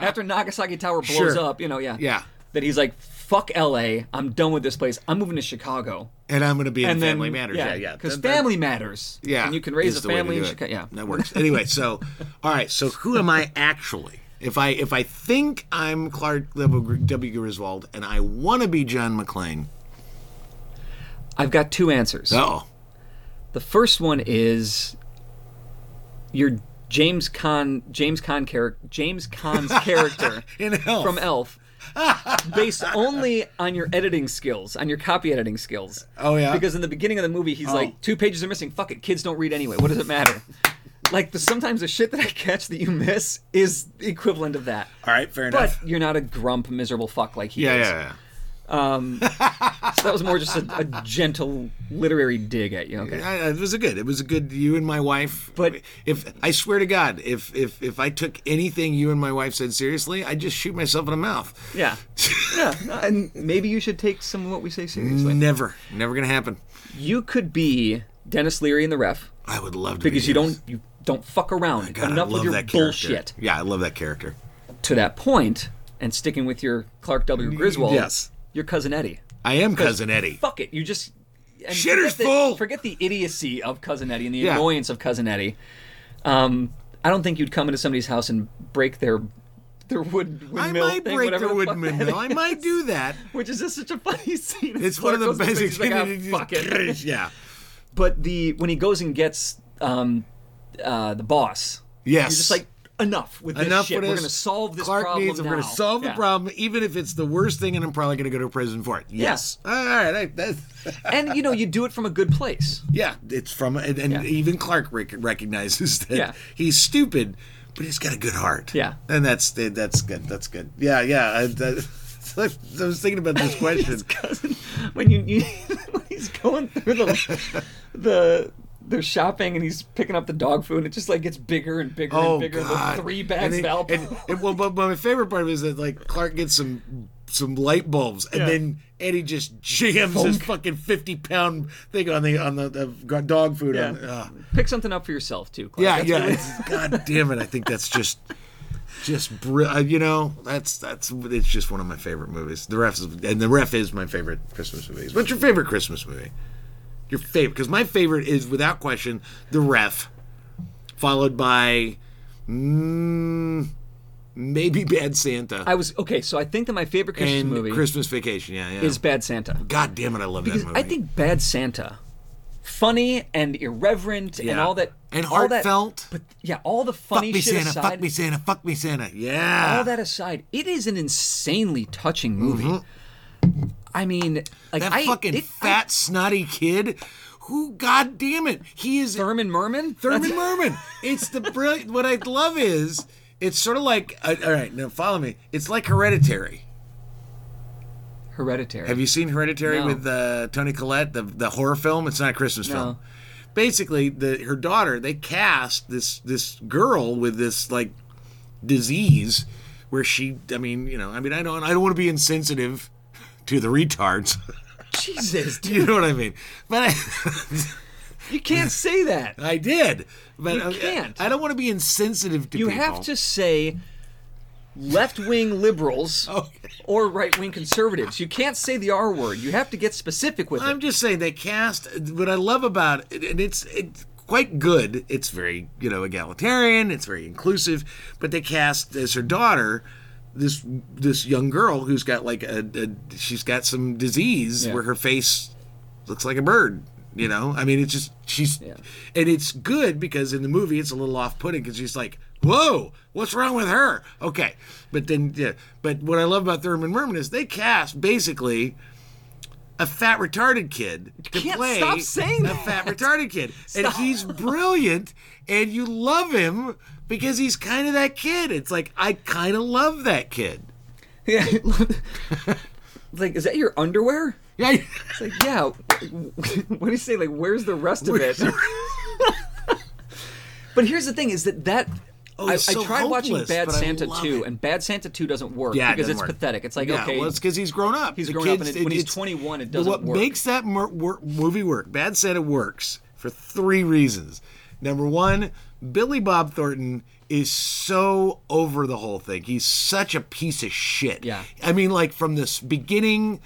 Speaker 4: After Nagasaki Tower blows
Speaker 1: Sure.
Speaker 4: up, you know, yeah,
Speaker 1: Yeah.
Speaker 4: That he's like, "Fuck L.A. I'm done with this place. I'm moving to Chicago."
Speaker 1: And I'm gonna be in
Speaker 4: and
Speaker 1: Family
Speaker 4: then,
Speaker 1: Matters. Yeah, yeah.
Speaker 4: Because
Speaker 1: That- that-
Speaker 4: family matters.
Speaker 1: Yeah.
Speaker 4: and you can raise
Speaker 1: is
Speaker 4: a
Speaker 1: the way to
Speaker 4: family in
Speaker 1: do it.
Speaker 4: Chicago. Yeah,
Speaker 1: That works. Anyway, so all right, so who am I actually? If I if I think I'm Clark W. Griswold and I want to be John McClane,
Speaker 4: I've got two answers.
Speaker 1: oh,
Speaker 4: The first one is your James Con James Con character James Con's character
Speaker 1: in hell
Speaker 4: from Elf. based only on your editing skills, on your copy editing skills.
Speaker 1: Oh, yeah? Oh.
Speaker 4: Because in the beginning of the movie, he's like, two pages are missing. Fuck it, kids don't read anyway. What does it matter? like the sometimes the shit that I catch that you miss is the equivalent of that.
Speaker 1: All right, fair
Speaker 4: But
Speaker 1: enough.
Speaker 4: you're not a grump, miserable fuck like he
Speaker 1: Yeah,
Speaker 4: is.
Speaker 1: yeah, yeah.
Speaker 4: So that was more just a, a gentle literary dig at you. Okay.
Speaker 1: I- I- it was a good. It was a good. You and my wife.
Speaker 4: But-
Speaker 1: if I swear to God, if if if I took anything you and my wife said seriously, I'd just shoot myself in the mouth.
Speaker 4: Yeah. yeah. And maybe you should take some of what we say seriously.
Speaker 1: Never, never gonna happen.
Speaker 4: You could be Dennis Leary in the ref
Speaker 1: I would love to
Speaker 4: because
Speaker 1: be
Speaker 4: you
Speaker 1: him.
Speaker 4: don't you don't fuck around
Speaker 1: God, I
Speaker 4: enough with
Speaker 1: love
Speaker 4: your
Speaker 1: that character.
Speaker 4: bullshit
Speaker 1: Yeah, I love that character.
Speaker 4: to that point and sticking with your Clark W. Griswold.
Speaker 1: Yes.
Speaker 4: Your cousin Eddie.
Speaker 1: I am cousin Eddie.
Speaker 4: Fuck it. You just and
Speaker 1: Shitter's
Speaker 4: forget the-
Speaker 1: full.
Speaker 4: Forget the idiocy of cousin Eddie and the
Speaker 1: Yeah.
Speaker 4: annoyance of cousin Eddie. Um, I don't think you'd come into somebody's house and break their their wood
Speaker 1: I
Speaker 4: windmill
Speaker 1: might
Speaker 4: thing,
Speaker 1: break the
Speaker 4: whatever fuck
Speaker 1: wooden
Speaker 4: that
Speaker 1: windmill. I
Speaker 4: is.
Speaker 1: might do that.
Speaker 4: Which is just such a funny scene.
Speaker 1: It's one of the
Speaker 4: Clark goes to
Speaker 1: basic.
Speaker 4: He's like, "Ah, fuck it.
Speaker 1: Yeah.
Speaker 4: but the when he goes and gets um, uh, the boss,
Speaker 1: Yes.
Speaker 4: you're just like enough with this
Speaker 1: enough
Speaker 4: shit.
Speaker 1: with
Speaker 4: We're
Speaker 1: this.
Speaker 4: gonna solve this
Speaker 1: Clark
Speaker 4: problem
Speaker 1: needs.
Speaker 4: now.
Speaker 1: We're gonna solve
Speaker 4: Yeah.
Speaker 1: the problem, even if it's the worst thing, and I'm probably gonna go to prison for it. Yes. All right. I, that's,
Speaker 4: and you know you do it from a good place.
Speaker 1: yeah. It's from and, and
Speaker 4: Yeah.
Speaker 1: even Clark rec- recognizes that
Speaker 4: Yeah.
Speaker 1: he's stupid, but he's got a good heart.
Speaker 4: Yeah.
Speaker 1: And that's that's good. That's good. Yeah. Yeah. I, that, I was thinking about this question.
Speaker 4: Cousin, when you, you when he's going through the the they're shopping and he's picking up the dog food and it just like gets bigger and bigger and bigger. The three bags
Speaker 1: Oh, and
Speaker 4: of
Speaker 1: it-
Speaker 4: Alpo.
Speaker 1: and- and- well, but but my favorite part is that like Clark gets some some light bulbs, and
Speaker 4: Yeah.
Speaker 1: then Eddie just jams his fucking fifty pound thing on the on the, the dog food. Yeah, on, the- uh,
Speaker 4: Pick something up for yourself too. Clark.
Speaker 1: yeah,
Speaker 4: That's
Speaker 1: yeah.
Speaker 4: really-
Speaker 1: it's- God damn it! I think that's just just br- uh, you know that's that's it's just one of my favorite movies. The ref is, and the ref is my favorite Christmas movie. What's your favorite Christmas movie? Your favorite? Because my favorite is without question the ref, followed by. Mm, Maybe Bad Santa
Speaker 4: I was okay. So I think that my favorite Christmas
Speaker 1: and
Speaker 4: movie
Speaker 1: Christmas Vacation. Yeah, yeah.
Speaker 4: is Bad Santa.
Speaker 1: God damn it, I love that
Speaker 4: Because
Speaker 1: movie.
Speaker 4: I think Bad Santa, funny and irreverent and
Speaker 1: Yeah.
Speaker 4: all that,
Speaker 1: And
Speaker 4: all that-
Speaker 1: heartfelt.
Speaker 4: but yeah, all the
Speaker 1: fuck
Speaker 4: funny
Speaker 1: me
Speaker 4: shit
Speaker 1: Santa,
Speaker 4: aside,
Speaker 1: fuck me Santa, fuck me Santa. Yeah.
Speaker 4: all that aside, it is an insanely touching movie. I mean,
Speaker 1: Mm-hmm.
Speaker 4: like
Speaker 1: That
Speaker 4: I,
Speaker 1: fucking
Speaker 4: it,
Speaker 1: fat snotty kid. Who? God damn it, he is
Speaker 4: I, Thurman Merman,
Speaker 1: Thurman
Speaker 4: That's-
Speaker 1: Merman. It's the brilliant. What I love is it's sort of like uh, all right. Now follow me. It's like Hereditary.
Speaker 4: Hereditary.
Speaker 1: Have you seen Hereditary
Speaker 4: No.
Speaker 1: with uh, Tony Collette, the the horror film? It's not a Christmas film. Basically, the her daughter they cast this this girl with this like disease where she. I mean, you know, I mean, I don't I don't want to be insensitive to the retards.
Speaker 4: Jesus, dude,
Speaker 1: you know what I mean? But I,
Speaker 4: you can't say that.
Speaker 1: I did. But
Speaker 4: You
Speaker 1: I-
Speaker 4: can't.
Speaker 1: I, don't want to be insensitive to
Speaker 4: You
Speaker 1: people.
Speaker 4: have to say left-wing liberals or right-wing conservatives. You can't say the R word. You have to get specific with it.
Speaker 1: I'm just saying they cast what I love about it, and it's it's quite good. It's very you know egalitarian. It's very inclusive. But they cast as her daughter this this young girl who's got like a, a she's got some disease
Speaker 4: Yeah.
Speaker 1: where her face looks like a bird. You know, I mean, it's just she's, and it's good because in the movie it's a little off-putting because she's like, "Whoa, what's wrong with her?" Okay, but then yeah, but what I love about Thurman Merman is they cast basically a fat retarded kid to
Speaker 4: can't
Speaker 1: play
Speaker 4: stop saying
Speaker 1: a
Speaker 4: that.
Speaker 1: fat retarded kid, and he's brilliant, and you love him because he's kind of that kid. It's like I kind of love that kid.
Speaker 4: Yeah. like, is that your underwear?
Speaker 1: Yeah,
Speaker 4: It's like, yeah. what do you say? Like, where's the rest of it? but here's the thing: is that that. I,
Speaker 1: Oh, it's so
Speaker 4: I tried watching
Speaker 1: hopeless,
Speaker 4: Bad
Speaker 1: but I
Speaker 4: Santa
Speaker 1: love
Speaker 4: 2,
Speaker 1: it.
Speaker 4: and Bad Santa 2 doesn't work
Speaker 1: Yeah, it
Speaker 4: because
Speaker 1: doesn't
Speaker 4: it's
Speaker 1: work.
Speaker 4: pathetic. It's like,
Speaker 1: yeah,
Speaker 4: okay,
Speaker 1: well, it's because he's grown up.
Speaker 4: he's
Speaker 1: The
Speaker 4: grown up,
Speaker 1: kids-
Speaker 4: and it, when he's
Speaker 1: it's-
Speaker 4: 21, it doesn't
Speaker 1: what
Speaker 4: work.
Speaker 1: makes that mer- wor- movie work, Bad Santa works for three reasons. Number one, Billy Bob Thornton is so over the whole thing. He's such a piece of shit.
Speaker 4: Yeah.
Speaker 1: I mean, like from this beginning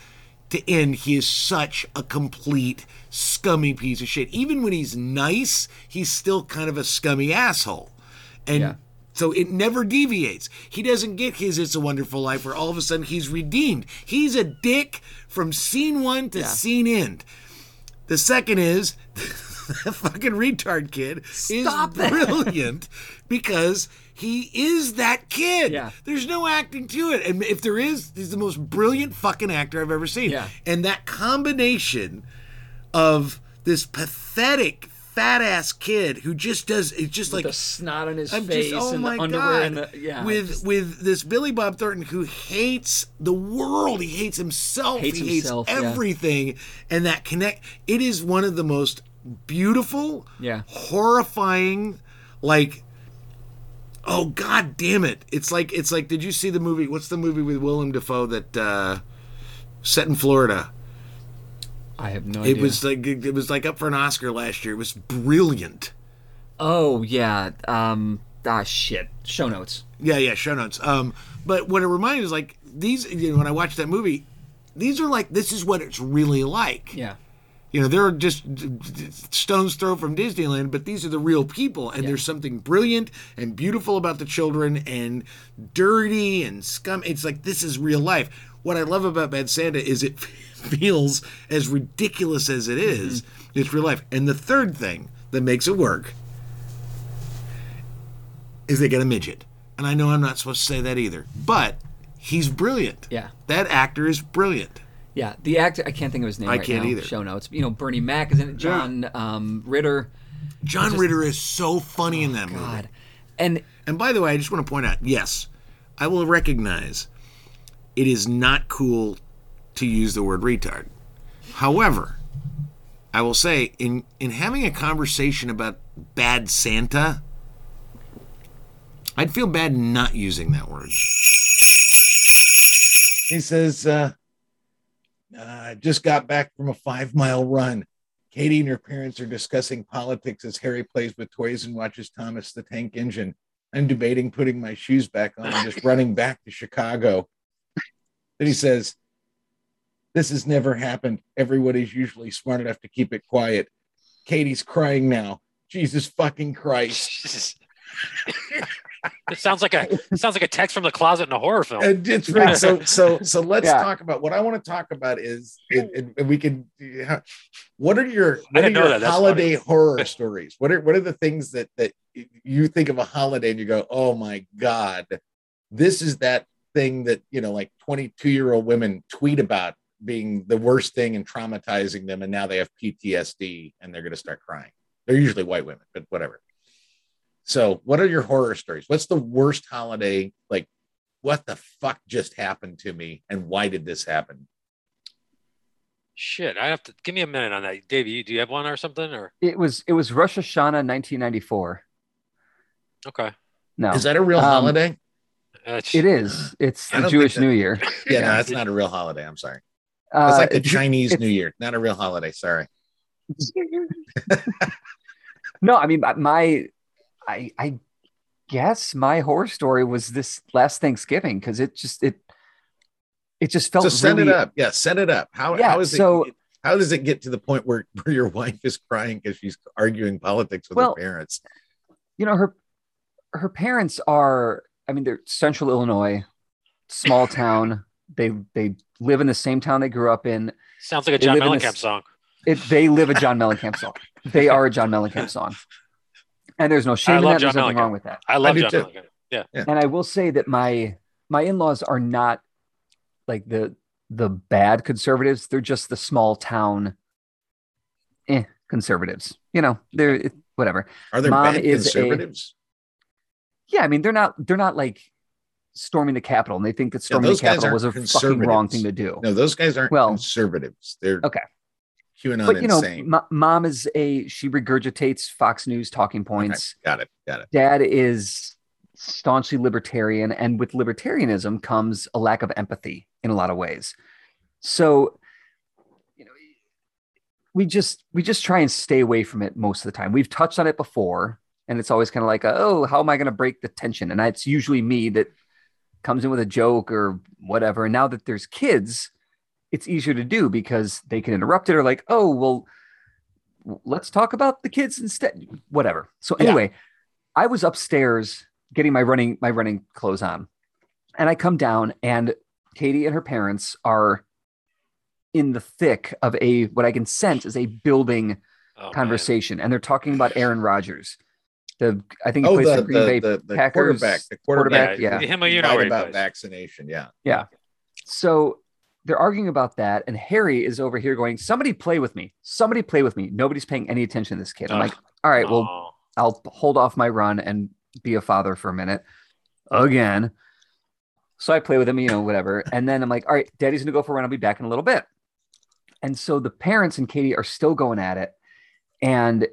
Speaker 1: to end, he is such a complete scummy piece of shit. Even when he's nice, he's still kind of a scummy asshole. And
Speaker 4: Yeah.
Speaker 1: so it never deviates. He doesn't get his It's a Wonderful Life where all of a sudden he's redeemed. He's a dick from scene one to scene end. The second is the fucking retard kid
Speaker 4: Stop
Speaker 1: is
Speaker 4: that.
Speaker 1: brilliant because he is that kid.
Speaker 4: Yeah.
Speaker 1: There's no acting to it. And if there is, he's the most brilliant fucking actor I've ever seen.
Speaker 4: Yeah.
Speaker 1: And that combination of this pathetic fat ass kid who just does it's just like
Speaker 4: the snot on his
Speaker 1: I'm
Speaker 4: face
Speaker 1: just, oh
Speaker 4: and the
Speaker 1: my
Speaker 4: underwear
Speaker 1: God.
Speaker 4: and the yeah
Speaker 1: with
Speaker 4: just-
Speaker 1: with this Billy Bob Thornton who hates the world, he hates himself,
Speaker 4: Hates
Speaker 1: he
Speaker 4: himself, yeah.
Speaker 1: hates everything, and that connect. It is one of the most beautiful,
Speaker 4: Yeah.
Speaker 1: horrifying, like. Oh God damn it! It's like it's like. Did you see the movie? What's the movie with Willem Dafoe that uh, set in Florida?
Speaker 4: I have no
Speaker 1: It
Speaker 4: idea.
Speaker 1: was like it was like up for an Oscar last year. It was brilliant.
Speaker 4: oh yeah, um, ah shit. Show notes.
Speaker 1: Yeah, yeah, show notes. Um, but what it reminded me is like these. You know, when I watched that movie, these are like this is what it's really like.
Speaker 4: Yeah,
Speaker 1: You know, they're just d- d- stones throw from Disneyland, but these are the real people, and there's something brilliant and beautiful about the children, and dirty and scum. It's like this is real life. What I love about Bad Santa is it feels as ridiculous as it
Speaker 4: Mm-hmm.
Speaker 1: is, It's real life. And the third thing that makes it work is they get a midget. And I know I'm not supposed to say that either, but he's brilliant.
Speaker 4: Yeah.
Speaker 1: That actor is brilliant.
Speaker 4: yeah. The actor I can't think of his name.
Speaker 1: I
Speaker 4: right
Speaker 1: can't
Speaker 4: now.
Speaker 1: either.
Speaker 4: Show notes. You know, Bernie Mac is in it. John um, Ritter.
Speaker 1: John Ritter is so funny in that movie.
Speaker 4: Oh, God, and
Speaker 1: And by the way, I just want to point out yes, I will recognize it is not cool to use the word retard. However, I will say in, in having a conversation about bad Santa, I'd feel bad not using that word. He says, uh, uh, just got back from a five mile run. Katie and her parents are discussing politics as Harry plays with toys and watches Thomas the Tank Engine. I'm debating putting my shoes back on and just running back to Chicago. Then he says, This has never happened. Everybody's usually smart enough to keep it quiet. Katie's crying now. Jesus fucking Christ.
Speaker 2: Jesus. it sounds like a it sounds like a text from the closet in a horror film.
Speaker 1: And it's right. So so so let's
Speaker 2: Yeah.
Speaker 1: talk about what I want to talk about is and, and- and we can what are your
Speaker 2: I
Speaker 1: what are
Speaker 2: didn't know
Speaker 1: your
Speaker 2: that. That's
Speaker 1: holiday horror stories? What are what are the things that that you think of a holiday and you go, "Oh my god, this is that thing that, you know, like 22-year-old women tweet about being the worst thing and traumatizing them and now they have PTSD and they're going to start crying." They're usually white women, but whatever. So, what are your horror stories? What's the worst holiday like what the fuck just happened to me and why did this happen?
Speaker 2: Shit, I have to give me a minute on that, Dave. You, do you have one or something? Or
Speaker 4: It was it was Rosh Hashanah 1994.
Speaker 2: okay,
Speaker 4: No,
Speaker 1: Is that a real
Speaker 4: Um,
Speaker 1: holiday?
Speaker 2: Uh, it's-
Speaker 4: it is. It's
Speaker 1: I
Speaker 4: the
Speaker 1: don't
Speaker 4: Jewish
Speaker 1: think that-
Speaker 4: New Year.
Speaker 1: Yeah, no, that's not a real holiday. I'm sorry.
Speaker 4: Uh,
Speaker 1: It's like the
Speaker 4: it's-
Speaker 1: Chinese
Speaker 4: it's-
Speaker 1: New Year, not a real holiday. Sorry.
Speaker 4: no, I mean my- my, I I guess my horror story was this last Thanksgiving because it just it, it just felt
Speaker 1: So set
Speaker 4: really
Speaker 1: it up. Yeah, set it up. How,
Speaker 4: Yeah,
Speaker 1: how is
Speaker 4: so-
Speaker 1: it? How does it get to the point where, where your wife is crying because she's arguing politics with
Speaker 4: Well,
Speaker 1: her parents?
Speaker 4: you know her her parents are i mean they're central illinois small town they they live in the same town they grew up in
Speaker 2: sounds like a
Speaker 4: They
Speaker 2: John
Speaker 4: live in a
Speaker 2: Mellencamp
Speaker 4: s-
Speaker 2: song.
Speaker 4: it, they live a john mellencamp song they are a john mellencamp song and there's no shame
Speaker 2: I
Speaker 4: in
Speaker 2: love
Speaker 4: that there's
Speaker 2: John
Speaker 4: nothing
Speaker 2: Mellencamp.
Speaker 4: wrong with that
Speaker 2: I love
Speaker 1: do
Speaker 2: John
Speaker 1: too.
Speaker 2: Mellencamp.
Speaker 4: and i will say that my my in-laws are not like the the bad conservatives they're just the small town eh, conservatives you know they're it- whatever
Speaker 1: Are there
Speaker 4: Mom
Speaker 1: bad
Speaker 4: is a-
Speaker 1: conservatives?
Speaker 4: yeah, I mean, they're not they're not like storming the Capitol, and they think that storming
Speaker 1: those
Speaker 4: the
Speaker 1: guys
Speaker 4: Capitol
Speaker 1: aren't
Speaker 4: was a fucking wrong thing to do.
Speaker 1: no, those guys aren't
Speaker 4: Well-
Speaker 1: conservatives. They're
Speaker 4: Okay.
Speaker 1: QAnon
Speaker 4: but you know,
Speaker 1: insane.
Speaker 4: mo- mom is a she regurgitates Fox News talking points.
Speaker 1: Got it. Got it.
Speaker 4: Dad is staunchly libertarian, and with libertarianism comes a lack of empathy in a lot of ways. So, you know, we just we just try and stay away from it most of the time. We've touched on it before, and it's always kind of like, oh, how am I going to break the tension? And it's usually me that comes in with a joke or whatever. And now that there's kids, it's easier to do because they can interrupt it or like, oh, well, w- let's talk about the kids instead. Whatever. So
Speaker 1: Yeah.
Speaker 4: anyway, I was upstairs getting my running my running clothes on. And I come down and Katie and her parents are in the thick of a what I can sense is a building
Speaker 2: Oh, man.
Speaker 4: conversation. And they're talking about Aaron Rodgers. The I think he
Speaker 1: Oh,
Speaker 4: plays
Speaker 1: the,
Speaker 4: for Green Bay
Speaker 1: the, the, the
Speaker 4: Packers,
Speaker 1: quarterback. The
Speaker 4: quarterback,
Speaker 1: quarterback.
Speaker 4: yeah.
Speaker 2: him or you know
Speaker 1: Lied
Speaker 2: where he
Speaker 1: about
Speaker 2: plays.
Speaker 1: vaccination. Yeah.
Speaker 4: So they're arguing about that, and Harry is over here going, "Somebody play with me! Somebody play with me!" Nobody's paying any attention to this kid. I'm
Speaker 2: Ugh.
Speaker 4: like, "All right, well,
Speaker 2: Aw.
Speaker 4: I'll hold off my run and be a father for a minute again." So I play with him, you know, whatever, and then I'm like, "All right, Daddy's gonna go for a run. I'll be back in a little bit." And so the parents and Katie are still going at it, and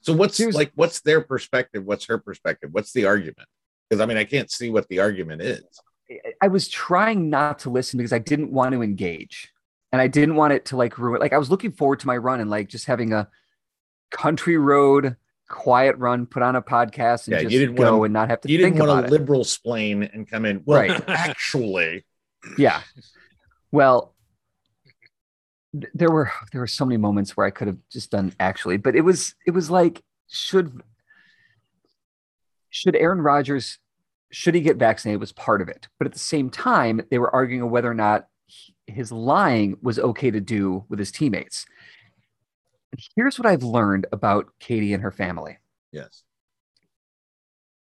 Speaker 1: So what's
Speaker 4: Here's-
Speaker 1: like? What's their perspective? What's her perspective? What's the argument? Because I mean, I can't see what the argument is.
Speaker 4: I was trying not to listen because I didn't want to engage and I didn't want it to like ruin like I was looking forward to my run and like just having a country road quiet run put on a podcast and
Speaker 1: Yeah,
Speaker 4: just
Speaker 1: you didn't
Speaker 4: go
Speaker 1: wanna-
Speaker 4: and not have to
Speaker 1: You
Speaker 4: think
Speaker 1: didn't
Speaker 4: about
Speaker 1: want
Speaker 4: it.
Speaker 1: to liberal splain and come in. Well,
Speaker 4: Right.
Speaker 1: actually,
Speaker 4: yeah. Well, th- there were there were so many moments where I could have just done actually, but it was it was like should should Aaron Rodgers should he get vaccinated was part of it, but at the same time they were arguing whether or not he- his lying was okay to do with his teammates. And Here's what I've learned about Katie and her family.
Speaker 1: yes.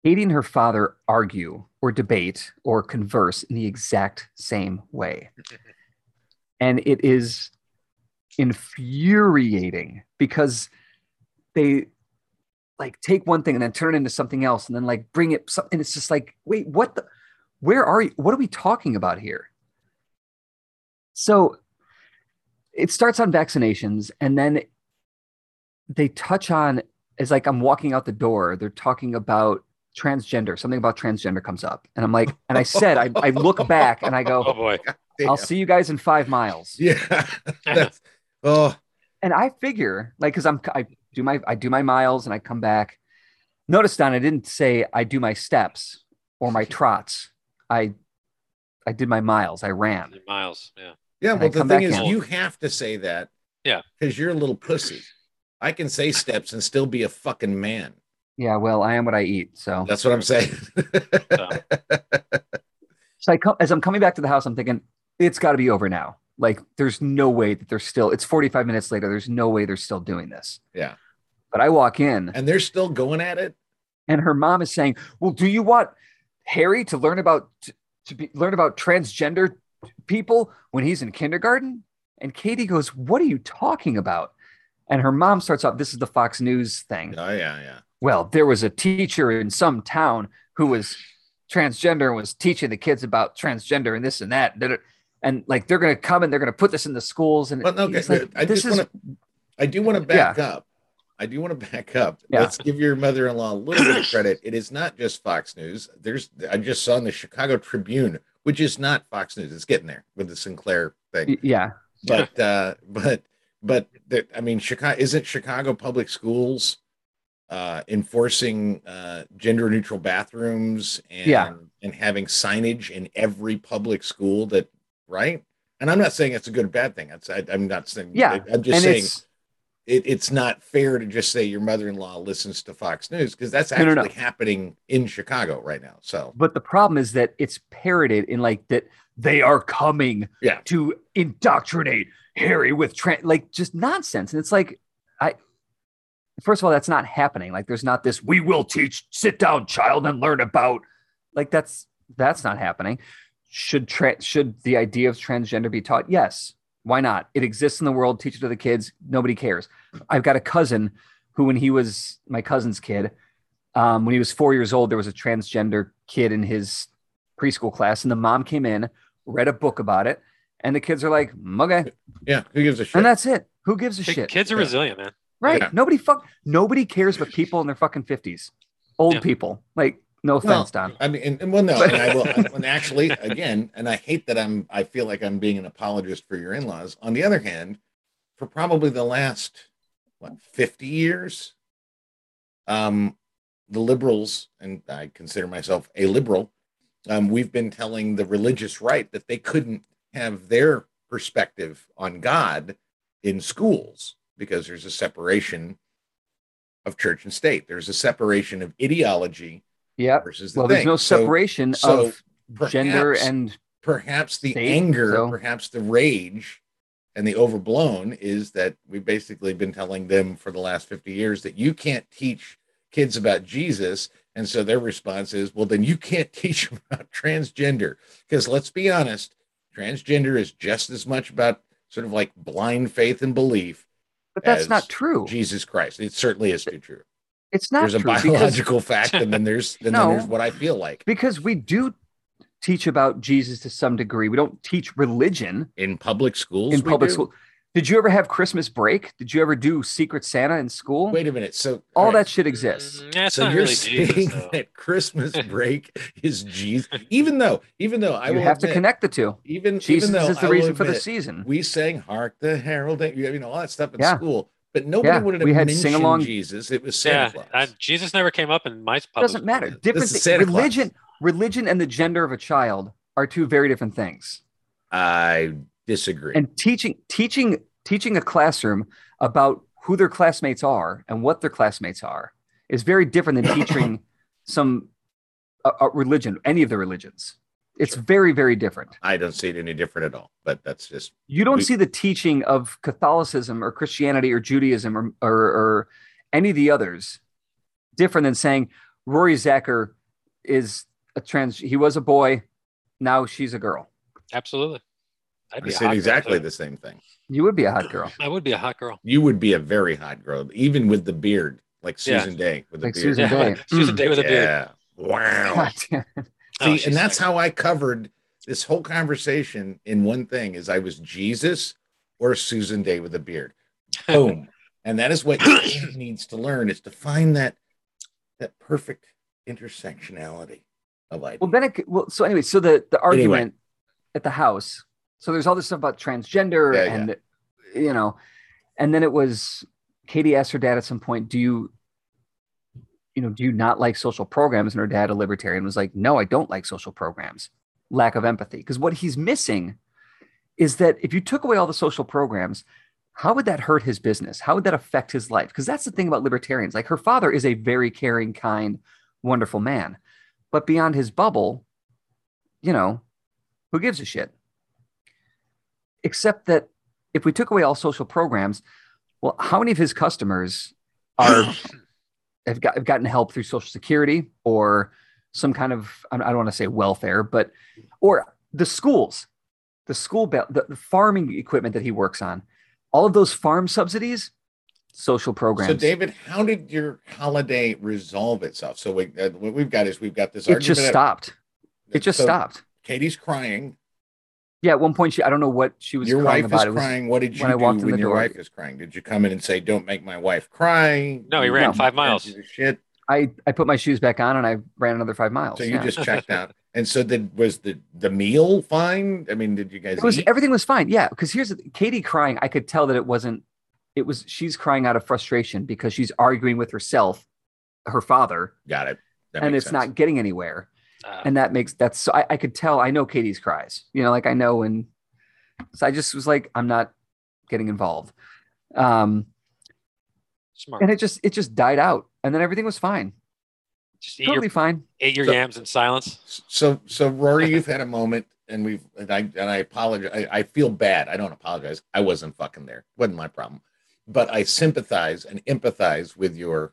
Speaker 4: Katie and her father argue or debate or converse in the exact same way. and it is infuriating because they like take one thing and then turn it into something else and then like bring it something. It's just like, wait, what the, where are you? What are we talking about here? So it starts on vaccinations and then they touch on as like I'm walking out the door, they're talking about transgender. Something about transgender comes up, and I'm like, and I said, I, I look back and I
Speaker 2: Oh
Speaker 4: go,
Speaker 2: boy,
Speaker 4: I'll see you guys in five miles.
Speaker 1: Yeah. That's, oh,
Speaker 4: And I figure, like, because I'm I do my I do my miles and I come back. Notice Don, I didn't say I do my steps or my trots. I I did my miles. I ran.
Speaker 2: Miles. Yeah.
Speaker 1: yeah.
Speaker 4: And
Speaker 1: Well,
Speaker 4: I
Speaker 1: the
Speaker 4: come
Speaker 1: thing is,
Speaker 4: back in.
Speaker 1: you have to say that.
Speaker 2: Yeah.
Speaker 1: Because you're a little pussy. I can say steps and still be a fucking man.
Speaker 4: Yeah, well, I am what I eat. So
Speaker 1: That's what I'm saying.
Speaker 2: So-
Speaker 4: So I come as I'm coming back to the house, I'm thinking it's got to be over now. Like there's no way that they're still. It's 45 minutes later. There's no way they're still doing this.
Speaker 1: Yeah.
Speaker 4: But I walk in
Speaker 1: and they're still going at it.
Speaker 4: and her mom is saying, "Well, do you want Harry to learn about to, to be learn about transgender people when he's in kindergarten?" And Katie goes, "What are you talking about?" And her mom starts off, "This is the Fox News thing."
Speaker 1: Oh yeah, yeah.
Speaker 4: well, there was a teacher in some town who was transgender and was teaching the kids about transgender and this and that. da- da- and like they're going to come and they're going to put this in the schools and
Speaker 10: Well, no,
Speaker 4: it's
Speaker 10: okay,
Speaker 4: like,
Speaker 10: I
Speaker 4: this
Speaker 10: just
Speaker 4: is
Speaker 10: wanna- I do want to back up. I do want to back up.
Speaker 4: Yeah.
Speaker 10: Let's give your mother-in-law a little bit of credit. It is not just Fox News. There's I just saw in the Chicago Tribune, which is not Fox News. It's getting there with the Sinclair thing.
Speaker 4: y- yeah
Speaker 10: But uh but but the, I mean Chicago isn't Chicago Public Schools uh enforcing uh gender neutral bathrooms and
Speaker 4: Yeah.
Speaker 10: and having signage in every public school that right? And I'm not saying it's a good or bad thing. That's I, I'm not saying
Speaker 4: Yeah,
Speaker 10: I- I'm just
Speaker 4: and
Speaker 10: saying
Speaker 4: it's
Speaker 10: it, it's not fair to just say your mother-in-law listens to Fox News because that's
Speaker 4: No, no,
Speaker 10: actually
Speaker 4: no.
Speaker 10: happening in Chicago right now. So
Speaker 4: but the problem is that it's parroted in like that they are coming
Speaker 10: Yeah.
Speaker 4: to indoctrinate harry with Trent, like just nonsense and it's like i first of all that's not happening like there's not this we will teach sit down child and learn about like that's that's not happening should tra- should the idea of transgender be taught yes why not it exists in the world teach it to the kids nobody cares i've got a cousin who when he was my cousin's kid um, when he was four years old, there was a transgender kid in his preschool class, and the mom came in, read a book about it, and the kids are like, "Mm, "Okay,"
Speaker 10: yeah, who gives a shit?
Speaker 4: and that's it. Who gives a shit?
Speaker 2: Kids are
Speaker 10: Yeah.
Speaker 2: resilient, man.
Speaker 4: Right?
Speaker 10: Yeah.
Speaker 4: Nobody fuck. Nobody cares but people in their fucking fifties, old
Speaker 2: Yeah.
Speaker 4: people. Like, no
Speaker 10: Well,
Speaker 4: offense, Don.
Speaker 10: I mean, and, and well, no, and I will. And actually, again, and I hate that I'm. I feel like I'm being an apologist for your in-laws. On the other hand, for probably the last what 50 years, um, the liberals, and I consider myself a liberal, um, we've been telling the religious right that they couldn't have their perspective on God in schools because there's a separation of church and state. There's a separation of ideology
Speaker 4: Yep.
Speaker 10: versus the
Speaker 4: Well, there's
Speaker 10: thing.
Speaker 4: no
Speaker 10: So
Speaker 4: separation
Speaker 10: so
Speaker 4: of gender
Speaker 10: perhaps-
Speaker 4: and
Speaker 10: perhaps the
Speaker 4: state,
Speaker 10: anger,
Speaker 4: so-
Speaker 10: perhaps the rage, and the overblown is that we've basically been telling them for the last 50 years that you can't teach kids about Jesus. And so their response is, well, then you can't teach them about transgender. Because let's be honest, transgender is just as much about sort of like blind faith and belief.
Speaker 4: but that's
Speaker 10: as
Speaker 4: not true.
Speaker 10: Jesus Christ. It certainly is too true.
Speaker 4: It's not
Speaker 10: there's a
Speaker 4: true because
Speaker 10: biological fact, and then there's and
Speaker 4: No.
Speaker 10: then there's what I feel like
Speaker 4: because we do teach about Jesus to some degree. We don't teach religion.
Speaker 10: in public schools.
Speaker 4: in
Speaker 10: we
Speaker 4: public
Speaker 10: do.
Speaker 4: school. Did you ever have Christmas break? Did you ever do Secret Santa in school?
Speaker 10: Wait a minute. So
Speaker 4: All
Speaker 10: right.
Speaker 4: that shit exists.
Speaker 2: Mm, yeah, it's
Speaker 10: so
Speaker 2: not
Speaker 10: you're
Speaker 2: really
Speaker 10: saying
Speaker 2: Jesus, though.
Speaker 10: that Christmas break is Jesus, even though, even though I
Speaker 4: you
Speaker 10: will
Speaker 4: have to
Speaker 10: admit,
Speaker 4: connect the two.
Speaker 10: Even
Speaker 4: Jesus
Speaker 10: even though
Speaker 4: is
Speaker 10: I
Speaker 4: the
Speaker 10: will
Speaker 4: reason for the
Speaker 10: admit,
Speaker 4: season.
Speaker 10: We sang "Hark the Herald," Ang- you know all that stuff in
Speaker 4: Yeah.
Speaker 10: school, but nobody
Speaker 4: Yeah,
Speaker 10: would have
Speaker 4: we had
Speaker 10: mentioned
Speaker 4: sing-along-
Speaker 10: Jesus. It was
Speaker 2: Yeah,
Speaker 10: Santa
Speaker 2: I,
Speaker 10: Claus.
Speaker 2: Jesus never came up in my
Speaker 4: It
Speaker 2: public.
Speaker 4: doesn't matter. Different
Speaker 10: is
Speaker 4: thi-
Speaker 10: Santa Claus.
Speaker 4: religion, religion, and the gender of a child are two very different things.
Speaker 10: I disagree.
Speaker 4: And teaching, teaching, teaching a classroom about who their classmates are and what their classmates are is very different than teaching some a, a religion, any of the religions. It's very, very different.
Speaker 10: I don't see it any different at all. But that's just
Speaker 4: you don't
Speaker 10: We-
Speaker 4: see the teaching of Catholicism or Christianity or Judaism or, or, or any of the others different than saying Rory Zacher is a trans, he was a boy, now she's a girl.
Speaker 2: Absolutely. I'd
Speaker 10: I
Speaker 2: be a
Speaker 10: said
Speaker 2: hot girl,
Speaker 10: exactly
Speaker 2: too.
Speaker 10: the same thing.
Speaker 4: You would be a hot girl,
Speaker 2: I would be a hot girl.
Speaker 10: You would be a very hot girl, even with the beard, like
Speaker 2: Yeah.
Speaker 10: Susan Day with the
Speaker 4: like
Speaker 10: beard.
Speaker 4: Susan Day.
Speaker 2: She's a
Speaker 4: Mm.
Speaker 2: day with a beard.
Speaker 10: Hmm. yeah. Wow.
Speaker 4: God damn.
Speaker 2: Oh,
Speaker 10: See,
Speaker 2: she's
Speaker 10: and that's
Speaker 2: sexy.
Speaker 10: how I covered this whole conversation in one thing is I was Jesus or Susan Day with a beard. Boom. and that is what your kid needs to learn is to find that that perfect intersectionality of life.
Speaker 4: Well, then it, could- well, so anyway, so the, the
Speaker 10: Anyway.
Speaker 4: argument at the house, so there's all this stuff about transgender
Speaker 10: Yeah,
Speaker 4: and, you know, and then it was Katie asked her dad at some point, do you, you know, do you not like social programs? And her dad, a libertarian, was like, no, I don't like social programs. Lack of empathy. Because what he's missing is that if you took away all the social programs, how would that hurt his business? How would that affect his life? Because that's the thing about libertarians. Like her father is a very caring, kind, wonderful man. But beyond his bubble, you know, who gives a shit? Except that if we took away all social programs, well, how many of his customers are have, got, have gotten help through Social Security or some kind of I don't- I don't want to say welfare, but or the schools, the school belt, the, the farming equipment that he works on, all of those farm subsidies, social programs.
Speaker 10: So, David, how did your holiday resolve itself? So, we, uh, what we've got is we've got this
Speaker 4: it just
Speaker 10: argument-
Speaker 4: stopped. It just
Speaker 10: so
Speaker 4: stopped.
Speaker 10: Katie's crying.
Speaker 4: Yeah, at one point she I don't know what she was
Speaker 10: your
Speaker 4: crying
Speaker 10: wife
Speaker 4: about.
Speaker 10: is
Speaker 4: It was-
Speaker 10: crying. What did you
Speaker 4: when I
Speaker 10: do
Speaker 4: walked in
Speaker 10: when
Speaker 4: the
Speaker 10: your
Speaker 4: door.
Speaker 10: wife is crying? Did you come in and say, "Don't make my wife cry"?
Speaker 2: No, he ran
Speaker 4: No.
Speaker 2: five miles.
Speaker 10: Shit.
Speaker 4: I, I put my shoes back on and I ran another five miles.
Speaker 10: So you
Speaker 4: yeah.
Speaker 10: just checked out. And so then was the the meal fine? I mean, did you guys
Speaker 4: it was
Speaker 10: eat?
Speaker 4: everything was fine. Yeah, because here's the- Katie crying. I could tell that it wasn't. It was she's crying out of frustration because she's arguing with herself, her father,
Speaker 10: Got it. That
Speaker 4: and
Speaker 10: makes
Speaker 4: it's not
Speaker 10: sense.
Speaker 4: getting anywhere.
Speaker 2: Ah.
Speaker 4: and that makes that's so I, I could tell. I know Katie's cries. You know, like I know when. So I just was like, I'm not getting involved. Um,
Speaker 2: Smart.
Speaker 4: and it just it just died out, and then everything was fine,
Speaker 2: Just eat your,
Speaker 4: totally fine.
Speaker 2: ate your
Speaker 10: So-
Speaker 2: yams in silence.
Speaker 10: So so Rory, you've had a moment, and we've and I and I apologize. I, I feel bad. I don't apologize. I wasn't fucking there. wasn't my problem. But I sympathize and empathize with your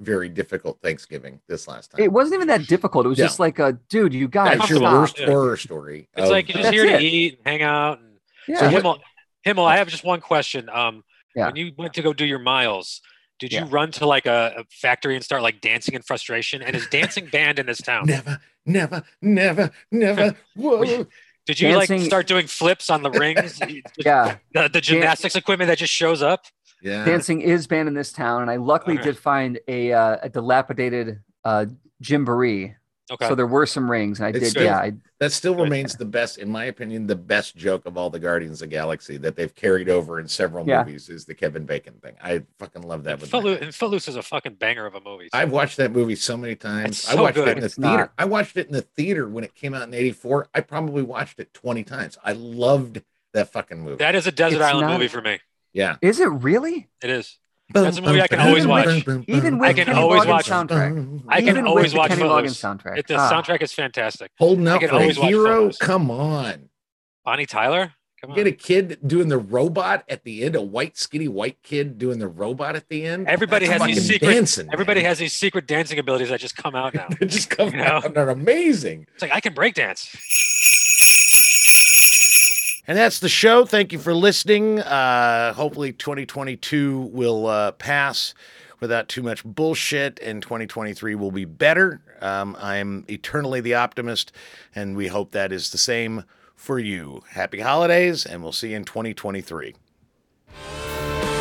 Speaker 10: very difficult Thanksgiving this last time.
Speaker 4: It wasn't even that difficult. It was
Speaker 10: Yeah.
Speaker 4: just like a dude, you guys
Speaker 10: That's your
Speaker 4: stop.
Speaker 10: worst
Speaker 2: Yeah.
Speaker 10: horror story.
Speaker 2: It's
Speaker 10: of-
Speaker 2: like you're just
Speaker 4: That's
Speaker 2: here
Speaker 4: it.
Speaker 2: to eat and hang out. And
Speaker 4: Yeah.
Speaker 10: So what-
Speaker 2: Himmel, Himmel, I have just one question. Um,
Speaker 4: Yeah.
Speaker 2: When you went to go do your miles, did you
Speaker 10: Yeah.
Speaker 2: run to like a, a factory and start like dancing in frustration? And is dancing banned in this town?
Speaker 10: never, never, never, never. Whoa.
Speaker 2: Did you like
Speaker 4: Dancing-
Speaker 2: start doing flips on the rings?
Speaker 4: yeah.
Speaker 2: The, the gymnastics equipment that just shows up?
Speaker 10: Yeah.
Speaker 4: dancing is banned in this town, and I luckily
Speaker 2: Alright.
Speaker 4: did find a uh, a dilapidated uh, gymboree.
Speaker 2: Okay.
Speaker 4: So there were some rings, and I
Speaker 10: It's
Speaker 4: did.
Speaker 10: good.
Speaker 4: Yeah, I,
Speaker 10: That still remains the best, in my opinion, the best joke of all the Guardians of the Galaxy that they've carried over in several
Speaker 4: Yeah.
Speaker 10: movies is the Kevin Bacon thing. I fucking love that. with my-
Speaker 2: Footloose, and Footloose is a fucking banger of a movie.
Speaker 10: I've watched that movie so many times.
Speaker 2: It's
Speaker 10: I
Speaker 2: so
Speaker 10: watched it
Speaker 2: good.
Speaker 10: in the
Speaker 4: It's
Speaker 10: theater.
Speaker 4: not.
Speaker 10: I watched it in the theater when it came out in '84. I probably watched it 20 times. I loved that fucking movie.
Speaker 2: that is a desert
Speaker 4: It's
Speaker 2: island
Speaker 4: not-
Speaker 2: movie for me.
Speaker 10: yeah,
Speaker 4: is it really?
Speaker 2: It is. That's a movie I can always
Speaker 4: Even
Speaker 2: watch.
Speaker 4: with- Even with
Speaker 2: I can
Speaker 4: Kenny
Speaker 2: always
Speaker 4: Loggins
Speaker 2: watch-
Speaker 4: soundtrack,
Speaker 2: I can
Speaker 4: even
Speaker 2: always
Speaker 4: with the
Speaker 2: watch
Speaker 4: Kenny
Speaker 2: Footloose.
Speaker 4: Loggins soundtrack.
Speaker 2: It, the
Speaker 4: Ah,
Speaker 2: soundtrack is fantastic.
Speaker 10: Holding
Speaker 2: I
Speaker 10: out
Speaker 2: can
Speaker 10: for a
Speaker 2: always watch
Speaker 10: hero.
Speaker 2: Footloose.
Speaker 10: Come on.
Speaker 2: Bonnie Tyler? Come on.
Speaker 10: Get a kid doing the robot at the end, a white, skinny white kid doing the robot at the end.
Speaker 2: Everybody
Speaker 10: That's
Speaker 2: has these
Speaker 10: fucking
Speaker 2: secret-
Speaker 10: dancing,
Speaker 2: Everybody
Speaker 10: man.
Speaker 2: has these secret dancing abilities that just come out now.
Speaker 10: They just come
Speaker 2: you know?
Speaker 10: out and are amazing.
Speaker 2: It's like I can break dance.
Speaker 10: And that's the show. Thank you for listening. Uh, hopefully, 2022 will uh, pass without too much bullshit, and 2023 will be better. Um, I'm eternally the optimist, and we hope that is the same for you. Happy holidays, and we'll see you in 2023.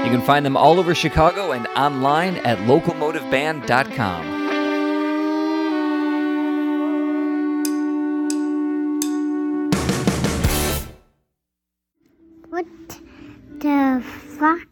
Speaker 4: You can find them all over Chicago and online at locomotiveband.com.
Speaker 3: What the fuck?